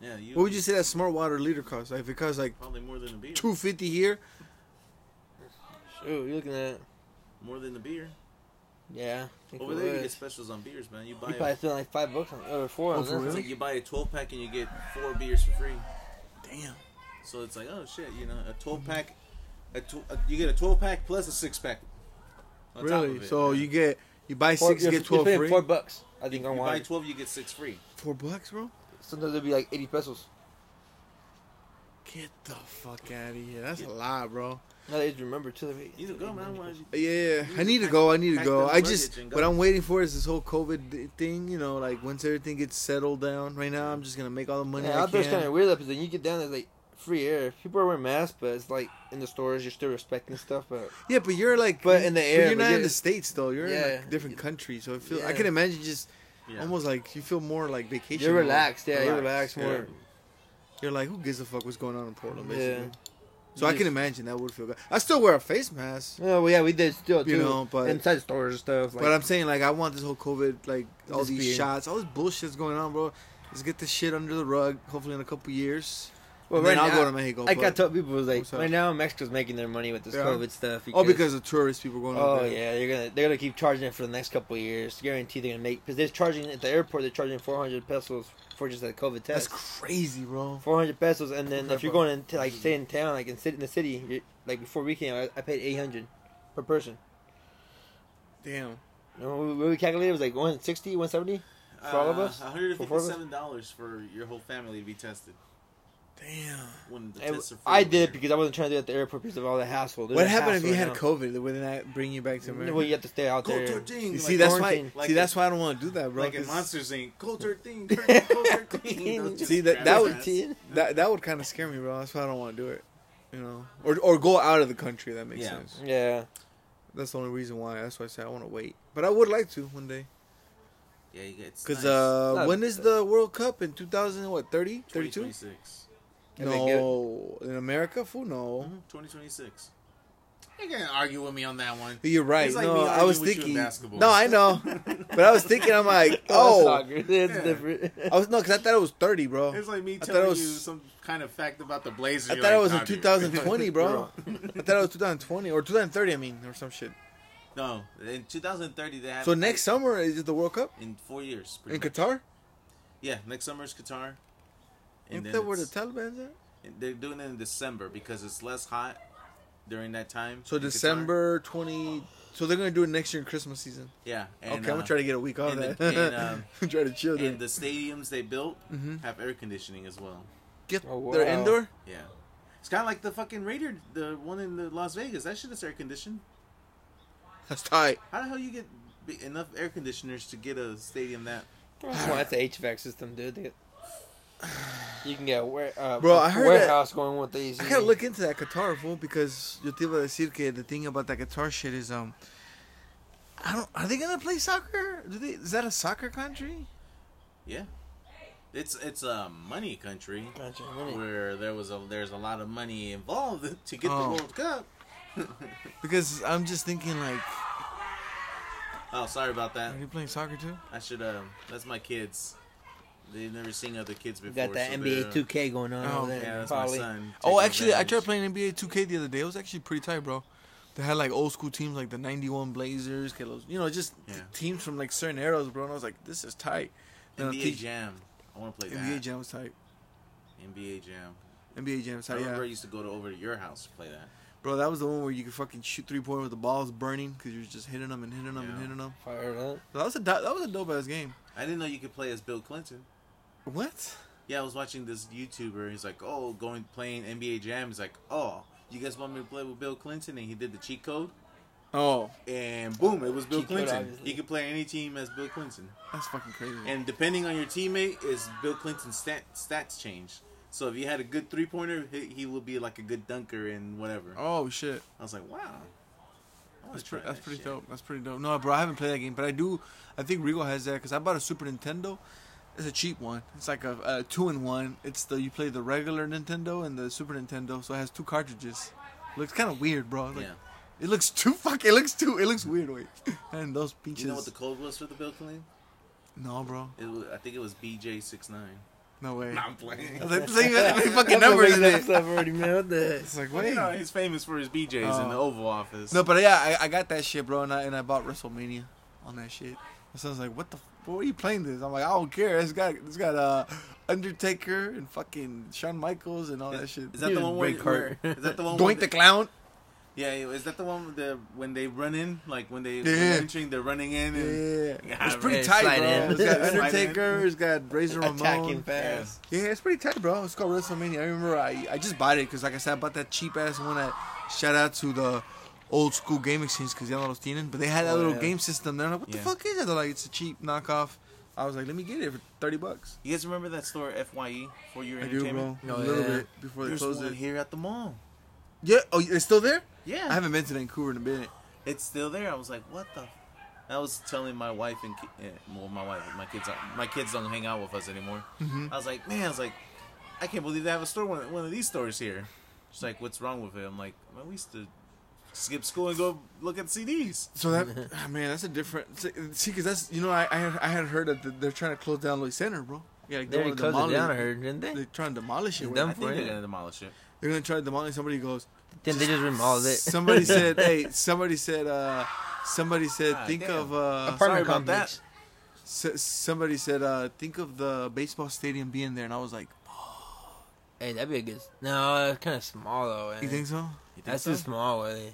S1: Yeah, you.
S2: What would you say that smart water liter costs? Like, if it costs like
S1: Probably more than a beer.
S2: 250 here,
S3: Shoot, you're looking at
S1: More than a beer.
S3: yeah. I think
S1: Over
S3: it
S1: there, you
S3: was.
S1: get specials on beers, man. You buy
S3: You probably
S1: a,
S3: spent like five bucks on or four.
S2: Oh,
S3: on
S2: for
S3: that.
S1: it's
S2: real?
S1: like you buy a 12 pack and you get four beers for free.
S2: damn.
S1: So it's like, oh shit, you know, a 12
S2: Mm-hmm.
S1: pack, a tw- a, you get a 12 pack plus a six pack. on top
S2: Really?
S1: of it,
S2: So
S1: yeah.
S2: you get, you buy
S3: Four-
S2: six, you
S3: you're-
S2: get
S3: you're
S2: 12
S3: spending
S2: free?
S3: Four bucks. I think
S1: you,
S3: on
S1: you buy
S3: water.
S1: 12, you get six free.
S2: Four bucks, bro?
S3: Sometimes it'll be like eighty pesos.
S2: Get the fuck out of here. That's a lot, bro.
S3: Now they just remember too. they're like,
S1: You go, man. Why don't you-
S2: Yeah,
S1: You
S2: I need to
S1: pack-
S2: go. I need to
S1: pack
S2: go.
S1: the
S2: I just
S1: luggage and
S2: what
S1: go.
S2: I'm waiting for is this whole COVID d- thing. You know, like once everything gets settled down. Right now, I'm just gonna make all the money
S3: Yeah,
S2: I
S3: out
S1: uh,
S3: there's kind
S2: can.
S3: of weird because then you get down there's like free air. People are wearing masks, but it's like in the stores you're still respecting stuff. But
S2: Yeah, but you're like,
S3: But in the air,
S2: you're
S3: but
S2: not in
S3: you're-
S2: the states though. You're in
S3: Yeah.
S2: like different countries, so I feel I
S3: Yeah.
S2: can imagine just
S1: Yeah.
S2: almost like you feel more like vacation.
S3: you're
S2: mode.
S3: relaxed, yeah, you're relaxed
S2: yeah.
S3: more.
S2: You're like, who gives a fuck what's going on in Portland?
S3: Yeah.
S2: Basically. So I
S3: You
S2: can
S3: just-
S2: imagine that would feel good. I still wear a face mask,
S3: Yeah, Oh, well, yeah, we did still too.
S2: You know, but-
S3: inside stores and stuff. Like,
S2: but I'm saying like I want this whole COVID, like all
S3: Just
S2: these
S3: being-
S2: shots, all this bullshit's going on, bro. Let's get this shit under the rug. Hopefully in a couple years.
S3: well,
S2: and
S3: right
S2: then I'll
S3: now,
S2: go to Mexico.
S3: like I
S2: but-
S3: told people, it was like
S2: What's up?
S3: right now Mexico's making their money with this
S2: Yeah.
S3: COVID stuff.
S2: Oh, because of tourists, people going.
S3: oh
S2: over there.
S3: yeah, they're gonna they're gonna keep charging it for the next couple of years. Guarantee they're gonna make because they're charging at the airport. They're charging 400 pesos for just a COVID
S2: that's
S3: test.
S2: crazy, bro.
S3: 400 pesos, and then
S2: Okay,
S3: if you're
S2: bro.
S3: going into like stay in town, like in city in the city, you like before we came, I, I paid 800 per person.
S2: Damn.
S3: You know, what we- what we calculated it was like 160, 170. For all of us?
S1: Uh, $157 for your whole family to be tested.
S2: Damn.
S1: When the
S3: And
S1: tests are free
S3: I
S1: over
S3: did
S1: here.
S3: it because I wasn't trying to do it at the airport because of all the hassle. There's
S2: what
S3: a
S2: happened if
S3: hassle
S2: you
S3: right
S2: had
S3: now.
S2: COVID? Would not bring you back to America?
S3: Well, you have to stay out
S1: Cold
S3: there.
S1: turkey,
S2: You
S1: like
S2: see, that's
S3: quarantine.
S2: why.
S1: Like
S2: see,
S1: the-
S2: that's why I don't want to do that, bro.
S1: like in
S2: 'cause
S1: Monsters Inc. Cold Thirteen, turkey, Cold Thirteen.
S2: See, that- that was-
S1: it.
S2: That that would kind of scare me, bro. That's why I don't want to do it. You know, or or go out of the country. That makes
S1: Yeah.
S2: sense.
S3: Yeah,
S2: That's the only reason why. That's why I say I want to wait. But I would like to one day.
S1: Yeah, you get.
S2: Cause
S1: nice.
S2: uh,
S3: Not-
S2: when is the World Cup in 2000? What 30? 32?
S1: 2026.
S3: If they get-
S2: No, in America, fool, no.
S1: Mhm, 2026. You're gonna argue with me on that one.
S2: You're right.
S1: It's like me
S2: no, I
S1: arguing
S2: was
S1: with you in
S2: thinking.
S1: basketball.
S2: No, I know, but I was thinking. I'm like,
S3: oh,
S2: oh,
S3: soccer. It's
S1: Yeah.
S3: different.
S2: I was no, because I thought it was 30, bro.
S1: It's like me
S2: thought it
S1: telling
S2: was-
S1: you some kind of fact about the Blazers.
S2: I
S1: You're
S2: thought it
S1: like,
S2: was in
S1: "Nah, dude."
S2: 2020,
S3: You're
S2: bro.
S3: wrong.
S2: I thought it was 2020 or 2030. I mean, or some shit.
S1: No, in 2030 they have.
S2: So next summer is it the World Cup
S1: in four years. pretty
S2: in
S1: much.
S2: Qatar?
S1: Yeah, next summer is Qatar. And
S2: Ain't
S1: then
S2: that where the
S1: it's-
S2: Taliban's at?
S1: they're doing it in December because it's less hot during that time.
S2: So
S1: in Qatar.
S2: December 20. So they're gonna do it next year in Christmas season.
S1: Yeah. And,
S2: okay, I'm
S1: uh,
S2: gonna try to get a week off
S1: and the-
S2: that.
S1: and, um,
S2: try to chill.
S1: And
S2: Then.
S1: the stadiums they built
S2: Mhm.
S1: have air conditioning as well.
S2: Get
S3: Oh,
S2: their
S3: wow.
S2: indoor.
S1: Yeah. It's kind of like the fucking Raider, the one in the Las Vegas. That shit is air conditioned.
S2: That's tight.
S1: How the hell you get b- enough air conditioners to get a stadium that?
S3: Come on, that's the HVAC system, dude. They- You can get a ware, uh,
S2: Bro,
S3: a
S2: I heard that-
S3: warehouse going with these.
S2: I gotta look into that guitar, fool, because yo te iba a decir que the thing about that guitar shit is um, I don't. Are they gonna play soccer? Do they? Is that a soccer country?
S1: Yeah. It's it's a money country
S3: Gotcha, money.
S1: where there was a there's a lot of money involved to get the
S2: Oh.
S1: World Cup.
S2: Because I'm just thinking like,
S1: Oh, sorry about that.
S2: are you playing soccer too?
S1: I should. Um, that's my kids. They've never seen other kids
S3: You
S1: before.
S3: got that
S1: so they're-
S3: NBA 2K going on
S2: Oh,
S3: over there.
S1: Yeah, that's
S3: probably.
S1: my son.
S2: Oh,
S1: taking
S2: actually, I tried
S1: advantage.
S2: playing NBA 2K the other day. It was actually pretty tight, bro. They had like old school teams like the '91 Blazers, que los- you know, just t-
S1: Yeah.
S2: teams from like certain eras, bro. And I was like, this is tight. Then I
S1: NBA
S2: think-
S1: Jam. I want to play
S2: NBA
S1: that.
S2: Jam was tight.
S1: NBA Jam.
S2: NBA Jam was
S1: I
S2: tight.
S1: remember I
S2: Yeah,
S1: used to go to over to your house to play that.
S2: bro, that was the one where you could fucking shoot three point with the balls burning because you was just hitting them and hitting them and
S1: Yeah.
S2: hitting them.
S3: Fire it up.
S2: That was a do- that was a dope ass game.
S1: I didn't know you could play as Bill Clinton.
S2: What?
S1: Yeah, I was watching this YouTuber. He's like, "Oh, going playing NBA Jam." He's like, "Oh, you guys want me to play with Bill Clinton?" And he did the cheat code,
S2: Oh,
S1: and boom, it was Bill
S3: Cheat code,
S1: Clinton.
S3: obviously.
S1: You could play any team as Bill Clinton,
S2: that's fucking crazy.
S1: and depending on your teammate, is Bill Clinton's stat- stats change. So if he had a good three pointer, he, he would be like a good dunker and whatever.
S2: Oh shit.
S1: I was like, wow. I was
S2: That's, pre-
S1: trying.
S2: that's pretty dope. That's pretty dope. No, bro, I haven't played that game, but I do. I think Regal has that because I bought a Super Nintendo. It's a cheap one. It's like a, a two in one. It's the you play the regular Nintendo and the Super Nintendo, so it has two cartridges. Looks kind of weird, bro. Like,
S1: yeah.
S2: It looks too fuck. It looks too. It looks weird. Wait, and those peaches.
S1: You know what the code was for the bill clean?
S2: no, bro.
S1: It was, I think it was BJ69.
S2: No way.
S1: Nah, I'm playing.
S2: I was like, they even- they fucking
S3: I've been
S2: numbers
S3: making
S2: in
S3: that
S2: it.
S3: stuff already, man. What the?
S2: It's like
S1: Well, you
S2: wait.
S1: know, he's famous for his BJs in the
S2: Oh.
S1: Oval Office.
S2: No, but yeah, I, I got that shit, bro, and I and I bought WrestleMania on that shit. My son's like, "What the? f- Why are you playing this?" I'm like, "I don't care. It's got it's got uh, Undertaker and fucking Shawn Michaels and all that shit."
S1: Is that the
S3: Dude,
S1: one where,
S3: Bret
S1: where
S3: Hart.
S1: is that the one where
S2: Doink the clown?
S1: Yeah, is that the one with the when they run in, like when they when
S2: Yeah.
S1: they're entering, they're running in
S2: Yeah,
S1: and Yeah,
S2: it's pretty
S1: right,
S2: tight,
S3: slide
S2: bro.
S3: in.
S2: It's got
S1: Slide in.
S2: Undertaker. It's got Razor Ramon.
S3: Attacking fast.
S2: Yeah, it's pretty tight, bro. It's called WrestleMania. I remember I, I just bought it because, like I said, I bought that cheap ass one at shout out to the old school game exchange because y'all know those tienen, but they had that
S3: Oh,
S2: little
S3: yeah.
S2: game system. They're like, what the
S1: Yeah.
S2: fuck is that? They're like, it's a cheap knockoff. I was like, let me get it for 30 bucks.
S1: You guys remember that store FYE for your
S2: I do,
S1: entertainment?
S2: bro.
S3: No,
S2: a little
S3: Oh, yeah.
S2: bit before they
S1: There's
S2: closed
S1: one
S2: it.
S1: here at the mall.
S2: Yeah, oh, it's still there?
S1: Yeah,
S2: I haven't been to Vancouver in a minute.
S1: it's still there. I was like, what the? I was telling my wife and ki- eh, well, my wife, my kids, aren't- my kids don't hang out with us anymore.
S2: Mm-hmm.
S1: I was like, man, I was like, I can't believe they have a store one, one of these stores here. She's like, what's wrong with it? I'm like, man, we used to skip school and go look at CDs.
S2: So that, ah, man, that's a different. See, because that's, you know, I, I, had, I had heard that they're trying to close down Lloyd Center, bro. Yeah, like,
S3: They already
S2: wanna
S3: closed it
S2: demolish-
S3: down, I heard, didn't they?
S2: They're trying to demolish it.
S3: It's
S2: right?
S1: I
S3: done.
S1: think they're
S3: Yeah.
S1: gonna demolish it.
S2: They're going to try to demolish. Somebody goes,
S3: Then they just remodeled it.
S2: Somebody said, "Hey, somebody said, uh, somebody said,
S1: God
S2: think
S1: damn.
S2: of, uh,
S1: sorry about
S3: complex.
S2: s- somebody said, uh, think of the baseball stadium being there." And I was like,
S3: Hey, that'd be a good. No, it's kind of small though.
S2: "You
S3: man.
S2: think so?"
S1: You think
S3: That's
S1: so?
S3: too small, really.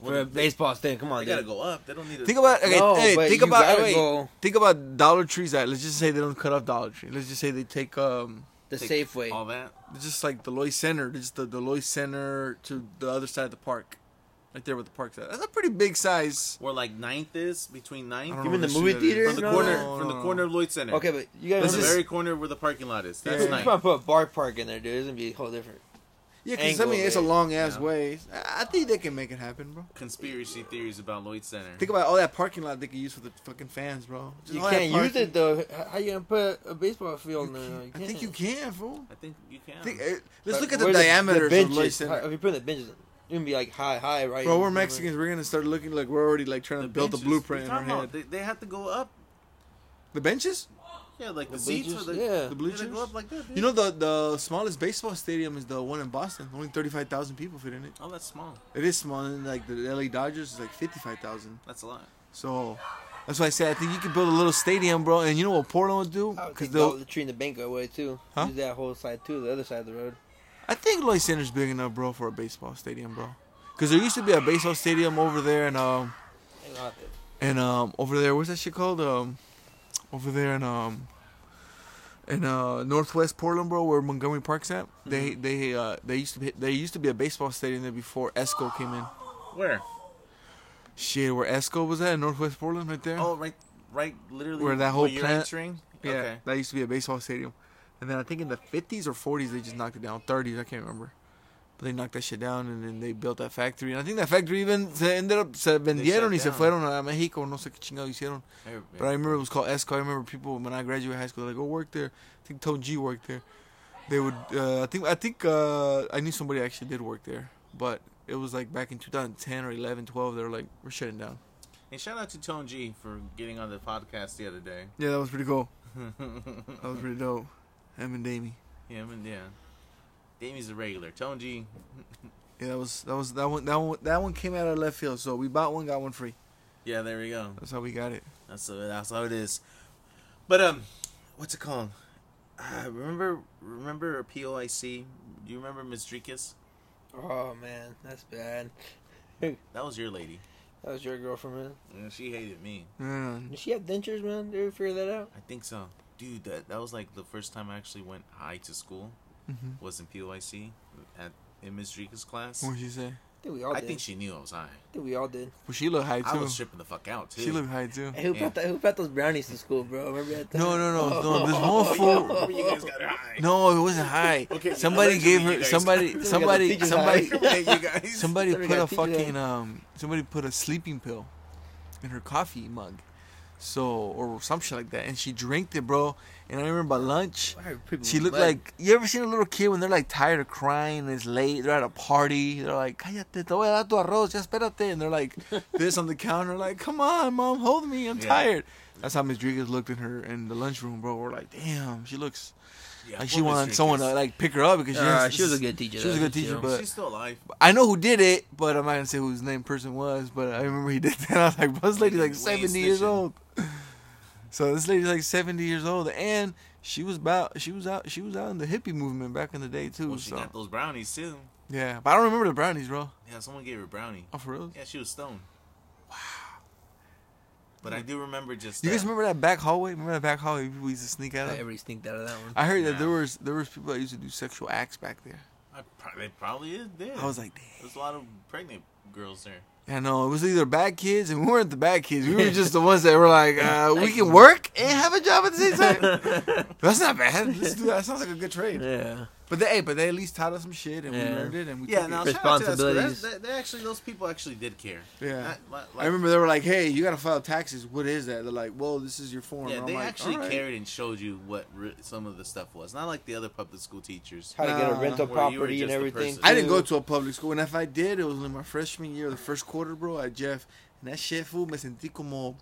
S1: Well,
S3: For a
S1: they-
S3: baseball stand, come on,
S1: They gotta
S3: dude.
S1: go up. They don't need to
S2: Think about, okay,
S3: No,
S2: hey,
S3: but
S2: think
S3: you
S2: about,
S3: gotta
S2: wait,
S3: go
S2: think about Dollar Trees. That let's just say they don't cut off Dollar Tree. Let's just say they take, um,
S3: the
S1: Take
S3: Safeway.
S1: all that.
S2: just like the Loy Center, just the the Loy Center to the other side of the park, right there where the park's at. That's a pretty big size.
S1: Where like ninth is between ninth
S2: I don't know
S3: You mean
S2: what
S3: the
S2: street
S3: movie
S2: that is.
S3: theater?
S1: from the
S3: No,
S1: corner
S3: no,
S2: no,
S1: from
S2: no.
S1: the corner of Lloyd Center.
S3: Okay, but
S1: From
S3: you guys
S2: This
S1: the
S2: is-
S1: very corner where the parking lot is. That's
S2: Yeah.
S3: You
S1: nice.
S3: probably put a bar park in there, dude. It's gonna be a whole different.
S2: Yeah, because I
S3: Angle
S2: mean it's a
S3: it,
S2: long ass
S1: yeah.
S2: way. I I think they can make it happen, bro.
S1: Conspiracy theories about Lloyd Center.
S2: Think about all that parking lot they could use for the fucking fans, bro. Just
S3: You
S2: all that
S3: can't
S2: parking-
S3: use it though. H- How you gonna put a baseball field in there? You
S2: I think
S3: can't.
S2: you can, fool.
S1: I think you can.
S2: Think, uh, let's
S3: But
S2: look at the
S3: where's
S2: diameters of Lloyd
S3: benches. How-
S2: Center.
S3: If you put the benches, you're gonna be like high, high, right?
S2: Bro, we're Mexicans. We're gonna start looking like we're already like trying to build the
S1: benches.
S2: blueprint
S1: You're
S2: in our
S1: talking about,
S2: head.
S1: They, they have to go up.
S2: The benches,
S1: Yeah, like the,
S3: The
S1: seats.
S3: bleachers,
S1: for the,
S3: yeah.
S2: the
S1: they
S2: blue
S1: gotta
S2: chips.
S1: go up like that. Dude.
S2: You know the the smallest baseball stadium is the one in Boston. Only thirty five thousand people fit in it.
S1: oh, that's small.
S2: It is small. And like the LA Dodgers is like fifty five thousand.
S1: That's a lot.
S2: So that's why I say I think you could build a little stadium, bro. And you know what Portland would do?
S3: Because
S2: Because
S3: they'll
S2: they'll.
S3: the tree in the bank away too.
S2: Huh?
S3: Use that whole side too, the other side of the road.
S2: I think Lloyd Center's big enough, bro, for a baseball stadium, bro. Because there used to be a baseball stadium over there, and um,
S3: Hang on to it.
S2: and um, over there, what's that shit called? Um, over there in um, in uh, Northwest Portland, bro, where Montgomery Park's at. They they uh they used to be, they used to be a baseball stadium there before Esco came in.
S1: Where?
S2: Shit, where Esco was at in Northwest Portland, right there.
S1: Oh, right, right, literally
S2: Where that whole
S1: you're
S2: plant-
S1: entering.
S2: Yeah,
S1: Okay.
S2: that used to be a baseball stadium. And then I think in the 50s or 40s, they just knocked it down. 30s, I can't remember. But they knocked that shit down and then they built that factory. And I think that factory even se ended up, se vendieron y se
S1: down.
S2: fueron a Mexico. No sé qué chingado hicieron.
S1: Everybody-
S2: But I remember it was called Esco. I remember people when I graduated high school, they're like, go work there. I think Tone G worked there. They would, uh, I think, I think, uh, I knew somebody actually did work there. But it was like back in 2010 or 11, 12, they were like, we're shutting down.
S1: And shout out to Tone G for getting on the podcast the other day.
S2: Yeah, that was pretty cool. That was pretty dope. Him and Damie.
S1: yeah, I mean, yeah. Damie's a regular. Tone G.
S2: Yeah, that was that was that one that one that one came out of left field. So we bought one, got one free.
S1: Yeah, there we go.
S2: That's how we got it.
S1: That's that's how it is. But um, what's it called? Uh, remember, remember POIC. Do you remember Ms. Dricus?
S3: Oh man, that's bad.
S1: That was your lady.
S3: That was your girlfriend, man.
S1: And she hated me.
S2: Yeah.
S3: Does she have dentures, man? Did you figure that out?
S1: I think so, dude. That that was like the first time I actually went high to school.
S2: Mhm.
S1: Was in POIC at in Ms. Dricus class.
S2: Oh, What'd you say?
S3: think we all
S1: I
S3: did.
S1: think she knew I was high.
S3: I think we all did.
S2: Well, she looked high
S1: I
S2: too.
S1: was tripping the fuck out too.
S2: She looked high too.
S3: Hey, who,
S1: Yeah.
S3: brought that, who brought those brownies to school, bro? Remember that time?
S2: No, no, no, no. This whole
S1: Remember
S2: fool.
S1: you guys got high.
S2: No, it wasn't high.
S1: Okay,
S2: somebody gave
S1: allegedly
S2: her.
S1: you guys-
S2: Somebody. Somebody.
S3: teacher's
S2: Somebody.
S3: high.
S1: Hey, you guys.
S2: Somebody
S3: Somebody
S2: put
S3: got
S2: a
S3: teacher high.
S2: fucking um. Somebody put a sleeping pill in her coffee mug, so or some shit like that, and she drank it, bro. And I remember by lunch,
S3: Why are people
S2: she looked
S3: mad?
S2: like you ever seen a little kid when they're like tired of crying and it's late, they're at a party, they're like, "Cállate, te voy a dar tu arroz, ya espérate," and they're like this on the counter, like, "Come on, mom, hold me, I'm
S1: Yeah.
S2: tired." That's how Miss Rodriguez looked in her in the lunchroom, bro. We're like, "Damn, she looks
S1: Yeah, poor
S2: like she
S1: Miss
S2: wanted someone to
S1: Jenkins.
S2: like pick her up because she,
S3: Uh,
S2: has-
S3: she was a good teacher.
S2: She was a
S3: though,
S2: good teacher,
S3: know.
S2: but
S1: She's still alive.
S2: I know who did it, but I'm not gonna say who his name person was, but I remember he did that. I was like, bro, this lady's like
S1: Wayne
S2: 70 years
S1: Station.
S2: old. So this lady's like 70 years old, and she was about she was out she was out in the hippie movement back in the day too.
S1: Well, she
S2: so
S1: got those brownies too.
S2: yeah, but I don't remember the brownies, bro.
S1: Yeah, someone gave her brownie.
S2: Oh, for real?
S1: Yeah, she was stoned. Wow. But I do remember just.
S2: You guys
S1: uh,
S2: remember that back hallway? Remember that back hallway people used to sneak out?
S3: I
S2: Of?
S3: ever sneaked out of that one.
S2: I heard that
S1: Nah.
S2: there was there was people that used to do sexual acts back there.
S1: I probably, they probably is dead.
S2: I was like, damn.
S1: There's a lot of pregnant girls there.
S2: I know it was either bad kids, and we weren't the bad kids. We were just the ones that were like, uh, we can work and have a job at the same time. That's not bad. Let's do that. that sounds like a good trade.
S3: yeah.
S2: But they, hey, but they at least taught us some shit, and we
S3: Yeah.
S2: learned it, and we
S1: Yeah,
S2: took
S1: now
S2: it.
S1: shout out to that school. That,
S3: Responsibilities.
S1: that, that actually, those people actually did care.
S2: Yeah.
S1: Not li- like-
S2: I remember they were like, "Hey, you gotta file taxes. What is that?" They're like, "Whoa, this is your form."
S1: Yeah,
S2: I'm
S1: they
S2: like,
S1: actually
S2: "All right."
S1: cared and showed you what re- some of the stuff was. Not like the other public school teachers.
S3: How to get a
S2: Nah.
S3: rental
S1: Where you were
S3: property and
S1: just a
S3: everything.
S1: person.
S2: I didn't go to a public school, and if I did, it was in my freshman year, the first quarter, bro, at Jeff. And that shit, fool, me sentí como,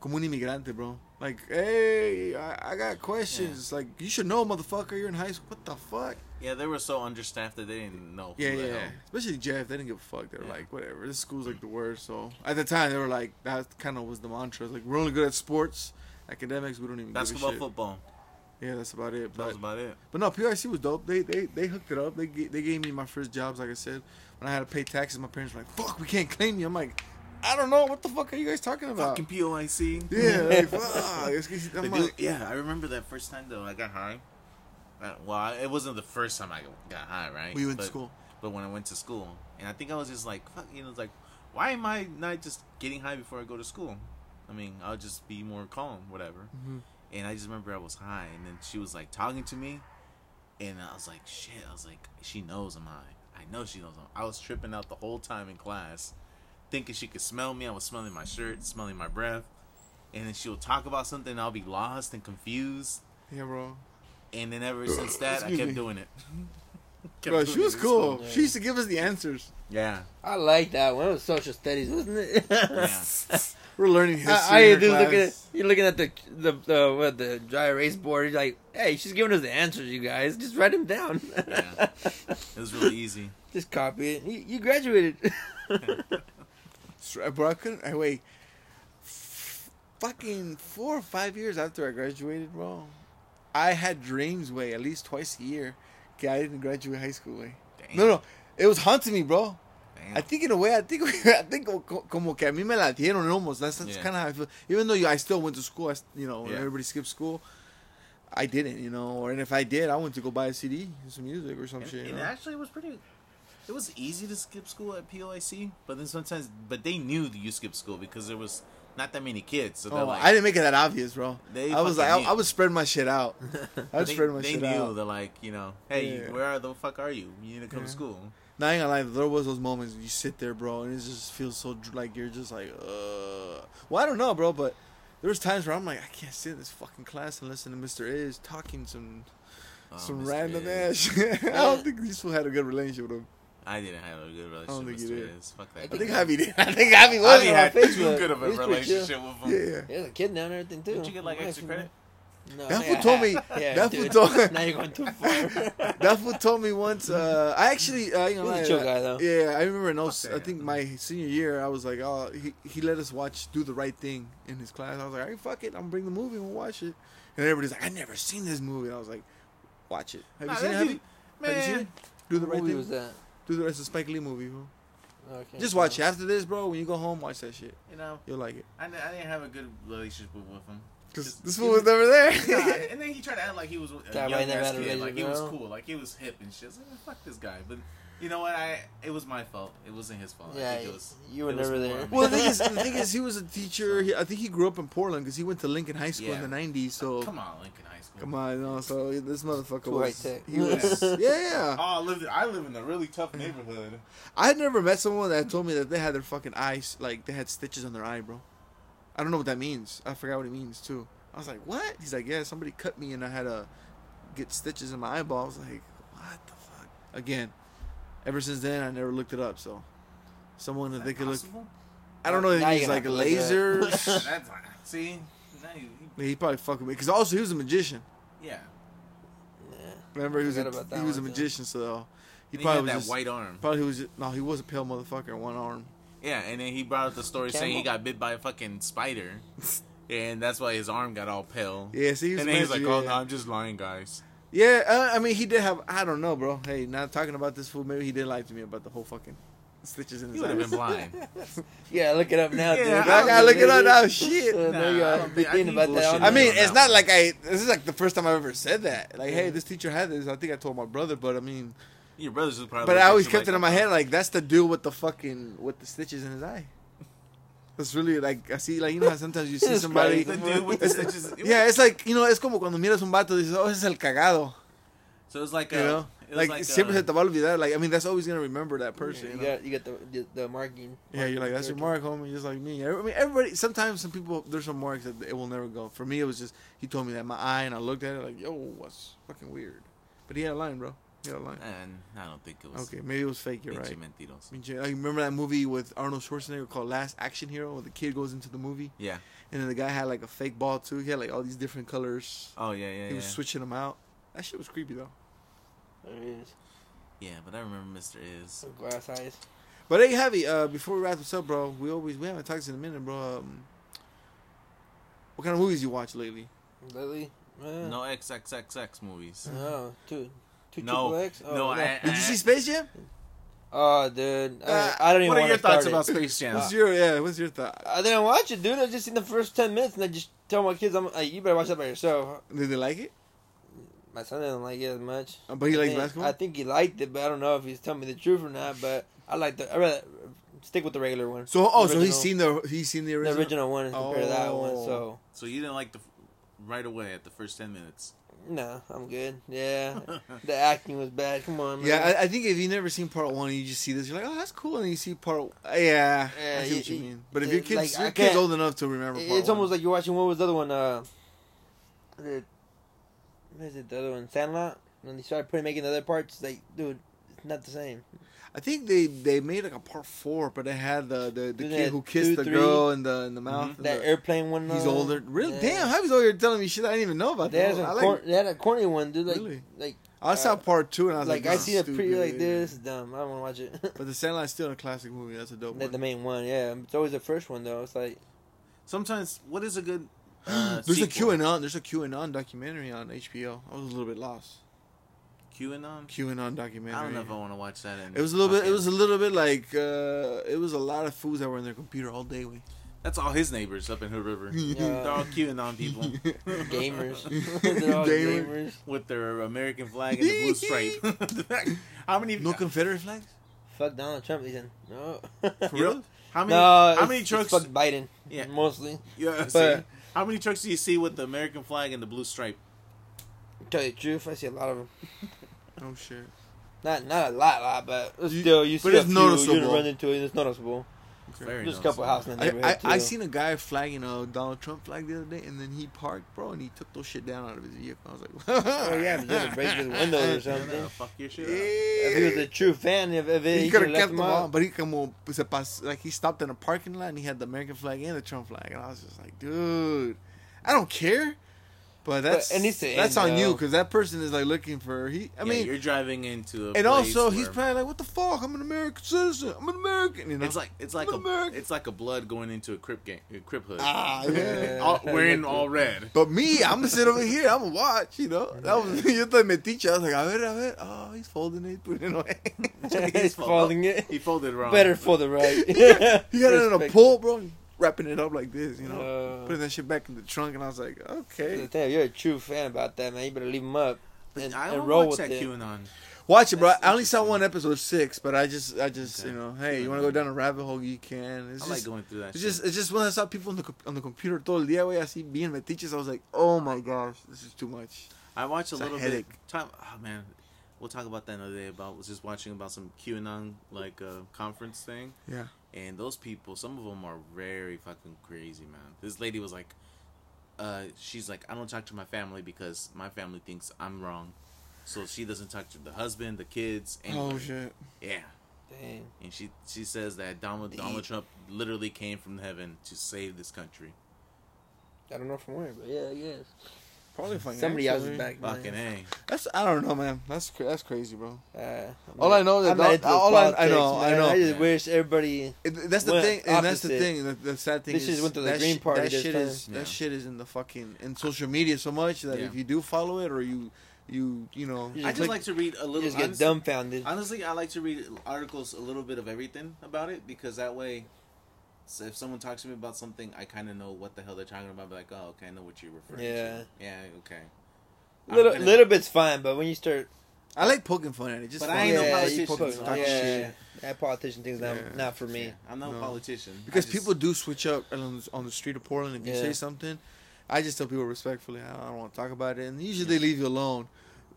S2: como un inmigrante, bro. Like, hey, I, I got questions. Like, you should know, motherfucker, you're in high school. What the fuck?
S1: Yeah, they were so understaffed that they didn't know.
S2: Yeah,
S1: who
S2: yeah.
S1: the
S2: yeah.
S1: hell-
S2: Especially Jeff, they didn't give a fuck. They were
S1: oh. Yeah.
S2: like, whatever. This school's like the worst. So at the time, they were like, that kind of was the mantra. It's like, we're only good at sports, academics. We don't even
S1: Basketball,
S2: give a shit.
S1: football.
S2: Yeah, that's about it.
S1: That
S2: But,
S1: was about it.
S2: but no, PRC was dope. They they they hooked it up. They ga- they gave me my first jobs. Like I said, when I had to pay taxes, my parents were like, "Fuck, we can't claim you." I'm like, I don't know what the fuck are you guys talking about.
S1: Fucking POIC.
S2: yeah, like, fuck. It's- it's- I'm
S1: They
S2: like,
S1: do- yeah, I remember that first time though. I got high. Uh, well, I- it wasn't the first time I got high, right?
S2: We went to
S1: But-
S2: school.
S1: But when I went to school, and I think I was just like, fuck, you know, it's like, why am I not just getting high before I go to school? I mean, I'll just be more calm, whatever.
S2: Mhm.
S1: And I just remember I was high, and then she was like talking to me, and I was like, shit, I was like, she knows I'm high. I know she knows I'm. I was tripping out the whole time in class, thinking she could smell me. I was smelling my shirt, smelling my breath, and then she'll talk about something, and I'll be lost and confused.
S2: Yeah, bro.
S1: And then ever since that, I
S2: Excuse
S1: kept
S2: me.
S1: doing it. Kept
S2: Bro,
S1: doing
S2: she
S1: it
S2: was
S1: in
S2: cool.
S1: school.
S2: She used to give us the answers.
S1: Yeah.
S3: I like that one. It was social studies, wasn't it?
S1: Yeah.
S2: We're learning history.
S3: I, I
S2: in
S3: you
S2: her
S3: just looking at
S2: class.
S3: you're looking at the the the, what, the dry erase board. You're like, hey, she's giving us the answers, you guys. Just write them down.
S1: Yeah. It was really easy.
S3: just copy it. You, you graduated.
S2: Stra- Bro, I couldn't. I wait. F- Fucking four or five years after I graduated, bro, I had dreams way at least twice a year. Okay, I didn't graduate high school way.
S1: Damn.
S2: No, no, it was haunting me, bro.
S1: Damn.
S2: I think in a way, I think, I think co- co- como que a mí me la dieron almost. That's, that's
S1: Yeah.
S2: kind of how I feel. Even though you, I still went to school, I, s- you know,
S1: Yeah.
S2: everybody skipped school. I didn't, you know, or and if I did, I went to go buy a CD, and some music or some
S1: And,
S2: shit. you
S1: and
S2: know?
S1: actually, it was pretty. It was easy to skip school at POIC, but then sometimes, but they knew that you skipped school because there was not that many kids. So they're
S2: Oh,
S1: like,
S2: I didn't make it that obvious, bro.
S1: They
S2: I was like,
S1: fucking
S2: I,
S1: knew.
S2: I would spread my shit out. I would
S1: they,
S2: spread my
S1: they
S2: shit
S1: knew.
S2: out.
S1: They're like, you know, hey,
S2: Yeah.
S1: where are the fuck are you? You need to come
S2: Yeah.
S1: to school.
S2: Not gonna lie, there was those moments you sit there, bro, and it just feels so dr- like you're just like, uh. Well, I don't know, bro, but there was times where I'm like, I can't sit in this fucking class and listen to Mister Is talking some
S1: Oh,
S2: some
S1: Mr. Is.
S2: random ass. shit. I don't think these fool had a good relationship with him.
S1: I didn't have a good
S2: I
S1: relationship
S2: don't think
S1: with
S2: you did.
S1: Mr. Is. Fuck that.
S3: I
S2: I
S1: guy.
S2: think Javi did. I think Javi was.
S1: I
S3: on
S1: didn't have
S3: Facebook.
S1: too good of a
S3: He's pretty chill.
S1: relationship with
S2: Yeah,
S1: him.
S2: yeah.
S3: There's a kid now and everything too.
S1: Did you get like
S3: Nice,
S1: extra credit?
S3: man. No,
S2: That
S3: yeah.
S2: fool told me.
S3: Yeah,
S2: that fool
S3: dude.
S2: told.
S3: now you're going too far.
S2: That fool told me once. Uh, I actually, uh, you know,
S3: He was a
S2: I-
S3: chill guy, though.
S2: Yeah, I remember. In those,
S1: Fuck
S2: I
S1: that.
S2: think my senior year, I was like, oh, he, he let us watch "Do the Right Thing" in his class. I was like, all right, fuck it, I'm gonna bring the movie, we'll watch it. And everybody's like, I never seen this movie. And I was like, watch it. Have
S1: Nah,
S2: you seen it?
S1: that
S2: Have you,
S1: dude-
S2: have you seen it?
S1: man.
S2: Do the
S3: What
S2: right
S3: movie
S2: thing.
S3: was that? Oh,
S2: Do the rest of Spike Lee movie, bro.
S3: Okay,
S2: Just watch it. After this, bro, when you go home, watch that shit.
S1: You know,
S2: You'll like it.
S1: I, I didn't have a good relationship with him.
S2: Because this fool was never there.
S1: Nah, and then he tried to act like he was a
S3: That
S1: young
S3: might never
S1: ass
S3: had a
S1: kid,
S3: razor
S1: like he was
S3: girl.
S1: cool, like he was hip and shit. I was like, "Ah, fuck this guy, but you know what? I it was my fault. It wasn't his fault. I
S3: Yeah,
S1: think it was,
S3: you were
S1: it was
S3: never
S1: more
S3: there.
S1: on me.
S2: well, the thing is, the thing is, he was a teacher. He, I think he grew up in Portland because he went to Lincoln High School
S1: Yeah.
S2: in the '90s. So
S1: come on, Lincoln High School.
S2: come on, no. So this motherfucker
S3: Too
S2: was.
S3: high tech.
S2: He was. yeah, yeah.
S1: Oh, I live. I live in a really tough neighborhood.
S2: I had never met someone that told me that they had their fucking eyes like they had stitches on their eye, bro. I don't know what that means. I forgot what it means too. I was like, what? He's like, yeah, somebody cut me and I had to get stitches in my eyeball. I was like, what the fuck? Again, ever since then I never looked it up. So someone that they could look.
S1: Possible?
S2: I don't know.
S3: Now
S2: If
S3: you're
S2: he's
S3: gonna
S2: like
S3: have to look
S2: lasers.
S1: That's not- see. Now you,
S2: Yeah, he probably fucking me because also he was a magician.
S1: yeah.
S3: Yeah.
S2: Remember, he was
S3: Forgot
S2: a,
S3: about that
S2: he was a
S3: one, too.
S2: magician, so he
S1: He,
S2: probably
S1: had
S2: was
S1: that
S2: just,
S1: white arm.
S2: Probably was just, no, he was a pale motherfucker, one arm.
S1: Yeah, and then he brought up the story saying he
S3: Campbell?
S1: got bit by a fucking spider, and that's why his arm got all pale.
S2: Yeah, see, he was
S1: and then he's like,
S2: magic,
S1: "Oh
S2: yeah.
S1: no, I'm just lying, guys."
S2: Yeah, uh, I mean, he did have. I don't know, bro. Hey, now talking about this fool, maybe he did lie to me about the whole fucking stitches in
S1: He
S2: his
S1: would have been
S2: eyes.
S1: blind.
S3: Yeah, look it up now,
S1: Yeah,
S3: dude.
S1: I
S2: I gotta look it up now. Shit.
S3: Uh,
S1: Nah,
S3: there you
S1: I
S3: are.
S1: don't
S3: Been
S1: think- I
S3: thinking
S1: think
S3: about that.
S1: bullshit.
S3: all
S2: I
S3: night.
S2: mean, it's not like I. This is like the first time I've ever said that. Like, hey, this teacher had this. I think I told my brother, but I mean,
S1: Your brothers would probably.
S2: but
S1: look
S2: I
S1: at
S2: always
S1: you
S2: kept
S1: like,
S2: it in my head. Like, that's the dude with the fucking with the stitches in his eye. That's really like I see. Like you know how sometimes you see
S3: It's
S2: somebody.
S1: The dude with the stitches.
S2: Yeah, it's like you know, es como cuando miras un vato y dices, oh, ese es el cagado.
S1: So it's like a.
S2: You know,
S1: it was
S2: like,
S1: like
S2: siempre
S1: a-
S2: se te va a olvidar. Like I mean, that's always gonna remember that person.
S3: Yeah,
S2: you
S3: you,
S2: know?
S3: got, you got the, the, the marking.
S2: Yeah, you're like, that's your mark, homie, just like me. I mean, everybody, sometimes some people, there's some marks that it will never go. For me, it was just, he told me that in my eye, and I looked at it like, yo, what's fucking weird. But he had a line, bro. He had a line.
S1: And I don't think it was.
S2: Okay, maybe it was fake, you're
S1: Pinche
S2: right.
S1: Mentiros.
S2: I remember that movie with Arnold Schwarzenegger called Last Action Hero, where the kid goes into the movie,
S1: Yeah.
S2: and then the guy had like a fake ball, too. He had like all these different colors.
S1: Oh yeah, yeah,
S2: He
S1: yeah.
S2: was switching them out. That shit was creepy, though.
S3: There it is.
S1: yeah, but I remember Mr. Is.
S3: Some glass eyes.
S2: But hey, Javi, uh, before we wrap this up, bro, we always, we haven't talked in a minute, bro. Um, what kind of movies you watch lately?
S3: Lately? Uh,
S1: No XXXX movies.
S3: No, Oh, two. Two
S1: No,
S3: triple X?
S1: no, I-
S2: Did you see Space Jam?
S3: Oh, dude.
S2: Uh,
S3: I, I don't even
S1: What are
S3: wanna
S1: your thoughts
S3: start it.
S1: about Space Jam?
S2: What's your yeah? What's your thought?
S3: I didn't watch it, dude. I just seen the first 10 minutes and I just tell my kids, I'm like, you better watch that by yourself.
S2: Did they like it?
S3: My son didn't like it as much.
S2: Uh, But he likes
S3: think-
S2: basketball.
S3: I think he liked it, but I don't know if he's telling me the truth or not. But I like the. I rather stick with the regular one.
S2: so oh,
S3: the
S2: so he's
S3: original-
S2: seen the he's seen the
S3: the
S2: original. Oh.
S3: original one compared to that one. So
S1: So you didn't like the right away at the first ten minutes.
S3: no, I'm good. Yeah, the acting was bad. Come on, man.
S2: Yeah, I, I think if you never seen part one, you just see this, you're like, oh, that's cool, and then you see part. Yeah,
S3: Yeah,
S2: I see
S3: you-
S2: what you
S3: you-
S2: mean. But if
S3: it-
S2: your kids,
S3: like, I
S2: your kids
S3: can't-
S2: old enough to remember, part
S3: it's
S2: one.
S3: almost like you're watching what was the other one? Uh, the, what is it? The other one, Sandlot. When they started putting making the other parts, like, dude, it's not the same.
S2: I think they they made like a part four, but they had the the, the
S3: Dude,
S2: kid
S3: that
S2: who kissed
S3: two,
S2: the
S3: three. Mm-hmm.
S2: girl in the in the mouth. and
S3: That
S2: the-
S3: airplane one.
S2: he's
S3: uh,
S2: older. Really?
S3: yeah.
S2: Damn, Javi's over here telling me shit I didn't even know about.
S3: They
S2: That.
S3: had, some
S2: I,
S3: cor-
S2: like,
S3: they had a corny one, dude. Like,
S2: Really?
S3: like,
S2: I saw
S3: uh,
S2: part two, and I was like,
S3: like I
S2: this is
S3: seen a pretty
S2: stupid.
S3: like this is dumb. I don't want to watch it.
S2: But The Sandlot's still a classic movie. That's a dope.
S3: Like
S2: one.
S3: the main one, yeah. It's always the first one though. It's like
S1: Sometimes what is a good uh,
S2: there's a
S1: sequel?
S2: QAnon. There's a QAnon documentary on HBO. I was a little bit lost.
S1: QAnon?
S2: QAnon documentary.
S1: I don't know if I want to watch that. in
S2: It was a little bit.
S1: fucking-
S2: It was a little bit like. uh It was a lot of fools that were in their computer all day. We.
S1: That's all his neighbors up in Hood River.
S3: Yeah.
S1: They're all QAnon people
S3: gamers. They're all
S2: Gamers.
S3: gamers.
S1: with their American flag and the blue stripe. how many?
S2: no Confederate flags.
S3: Fuck Donald Trump, Ethan. No.
S2: For
S1: you know,
S2: real?
S1: How many?
S3: no.
S1: how
S3: it's-
S1: many
S3: it's
S1: trucks?
S3: Fuck Biden.
S1: Yeah.
S3: Mostly.
S1: yeah, see,
S3: but-
S1: how many trucks do you see with the American flag and the blue stripe?
S3: Tell you the truth, I see a lot of them.
S2: Oh shit.
S3: Not not a lot, lot, but
S2: You-
S3: still you see
S2: but
S3: a
S2: it's
S3: few. You
S2: noticeable.
S3: run into it. It's noticeable.
S1: Very
S3: Just a
S1: noticeable.
S3: couple houses in the
S2: I,
S3: neighborhood
S2: I, I
S3: too.
S2: seen a guy flagging a Donald Trump flag the other day, and then he parked, bro, and he took those shit down out of his vehicle. I was like,
S3: Oh yeah, but just break the windows or
S1: Yeah, that'll
S3: something.
S1: Fuck your shit. up.
S3: If he was
S2: Yeah.
S3: a true fan, if, if
S2: He,
S3: he,
S2: could have
S3: left
S2: kept
S3: them
S2: them on,
S3: out.
S2: but he como se pas- like he stopped in a parking lot and he had the American flag and the Trump flag, and I was just like, dude, I don't care. But that's
S3: it needs to end,
S2: that's on you
S3: though.
S2: because that person is like looking for he.
S1: Yeah,
S2: I mean,
S1: you're driving into a
S2: and also
S1: place
S2: he's
S1: where-
S2: probably like, what the fuck? I'm an American citizen. I'm an American. You know?
S1: It's like it's like
S2: I'm
S1: a
S2: an American.
S1: it's like a blood going into a crip gang, a crip hood.
S2: ah, yeah.
S3: Yeah.
S1: all, wearing all red.
S2: But me, I'm gonna sit over here. I'm gonna watch. You know, that was yo te metí. I was like, a ver, a ver. Oh, he's folding it, putting it away.
S3: He's folding it.
S1: He folded wrong.
S3: Better for the right.
S2: he got it in a
S3: Respect.
S2: pool, bro. wrapping it up like this, you know,
S3: Uh,
S2: putting that shit back in the trunk, and I was like, okay,
S3: Damn, you're a true fan about that, man. You better leave him up and,
S1: I
S3: and
S1: don't
S3: roll
S1: watch
S3: with
S1: that
S3: it.
S1: QAnon.
S2: watch it, bro.
S1: That's
S2: I only saw
S1: interesting.
S2: one episode six, but I just, I just,
S1: Okay.
S2: you know, hey, you want to go down a rabbit hole? You can. It's
S1: I
S2: just,
S1: like going through that.
S2: it's
S1: shit.
S2: just, it's just when I saw people on the co- on the computer todo el día, güey, así being metiches, I was like, oh my gosh, this is too much.
S1: I watched a
S2: It's a
S1: little bit.
S2: headache.
S1: Time, oh man, we'll talk about that another day. About was just watching about some QAnon like uh, conference thing,
S2: Yeah.
S1: and those people, some of them are very fucking crazy, man. This lady was like, uh, she's like, I don't talk to my family because my family thinks I'm wrong, so she doesn't talk to the husband, the kids, and
S2: Oh shit.
S1: yeah.
S3: Damn.
S1: And she she says that Donald Donald Trump literally came from heaven to save this country.
S3: I don't know from where, but yeah, yes.
S2: Probably
S3: Somebody else is back.
S1: Fucking a.
S2: That's I don't know, man. That's cra- that's crazy, bro.
S3: Uh, I'm
S2: All
S3: not-
S2: I know is that
S3: I'm not
S2: Don-
S3: into
S2: all I- I
S3: politics,
S2: know, I
S3: man.
S2: know.
S3: I just wish everybody.
S2: It, that's the
S3: Went
S2: thing, and that's the
S3: opposite.
S2: thing. The, the sad thing
S3: This
S2: is
S3: just went to the
S2: that
S3: Green
S2: shit-
S3: Party
S2: That
S3: this
S2: shit
S3: time.
S2: is
S1: Yeah.
S2: that shit is in the fucking in social media so much that
S1: Yeah.
S2: if you do follow it or you you you know
S3: You
S1: I just
S3: click-
S1: like to read a
S3: You
S1: little.
S3: just get
S1: honestly-
S3: dumbfounded.
S1: Honestly, I like to read articles a little bit of everything about it because that way, so if someone talks to me about something, I kind of know what the hell they're talking about. Be like, oh, okay, I know what you're referring
S3: Yeah.
S1: to. Yeah, okay. I'm
S3: Little
S1: gonna-
S3: little bit's fine, but when you start,
S2: I like poking fun at it. Just
S1: But
S2: fun.
S1: I ain't no
S3: yeah,
S1: politician.
S3: you
S1: poking
S3: put-
S1: talking
S3: yeah, that politician thing's not
S2: Yeah.
S3: not for me.
S1: Yeah, I'm not
S2: No.
S1: a politician
S2: because
S1: I just-
S2: people do switch up on the, on the street of Portland. If you
S3: Yeah.
S2: say something, I just tell people respectfully, I don't want to talk about it, and usually they leave you alone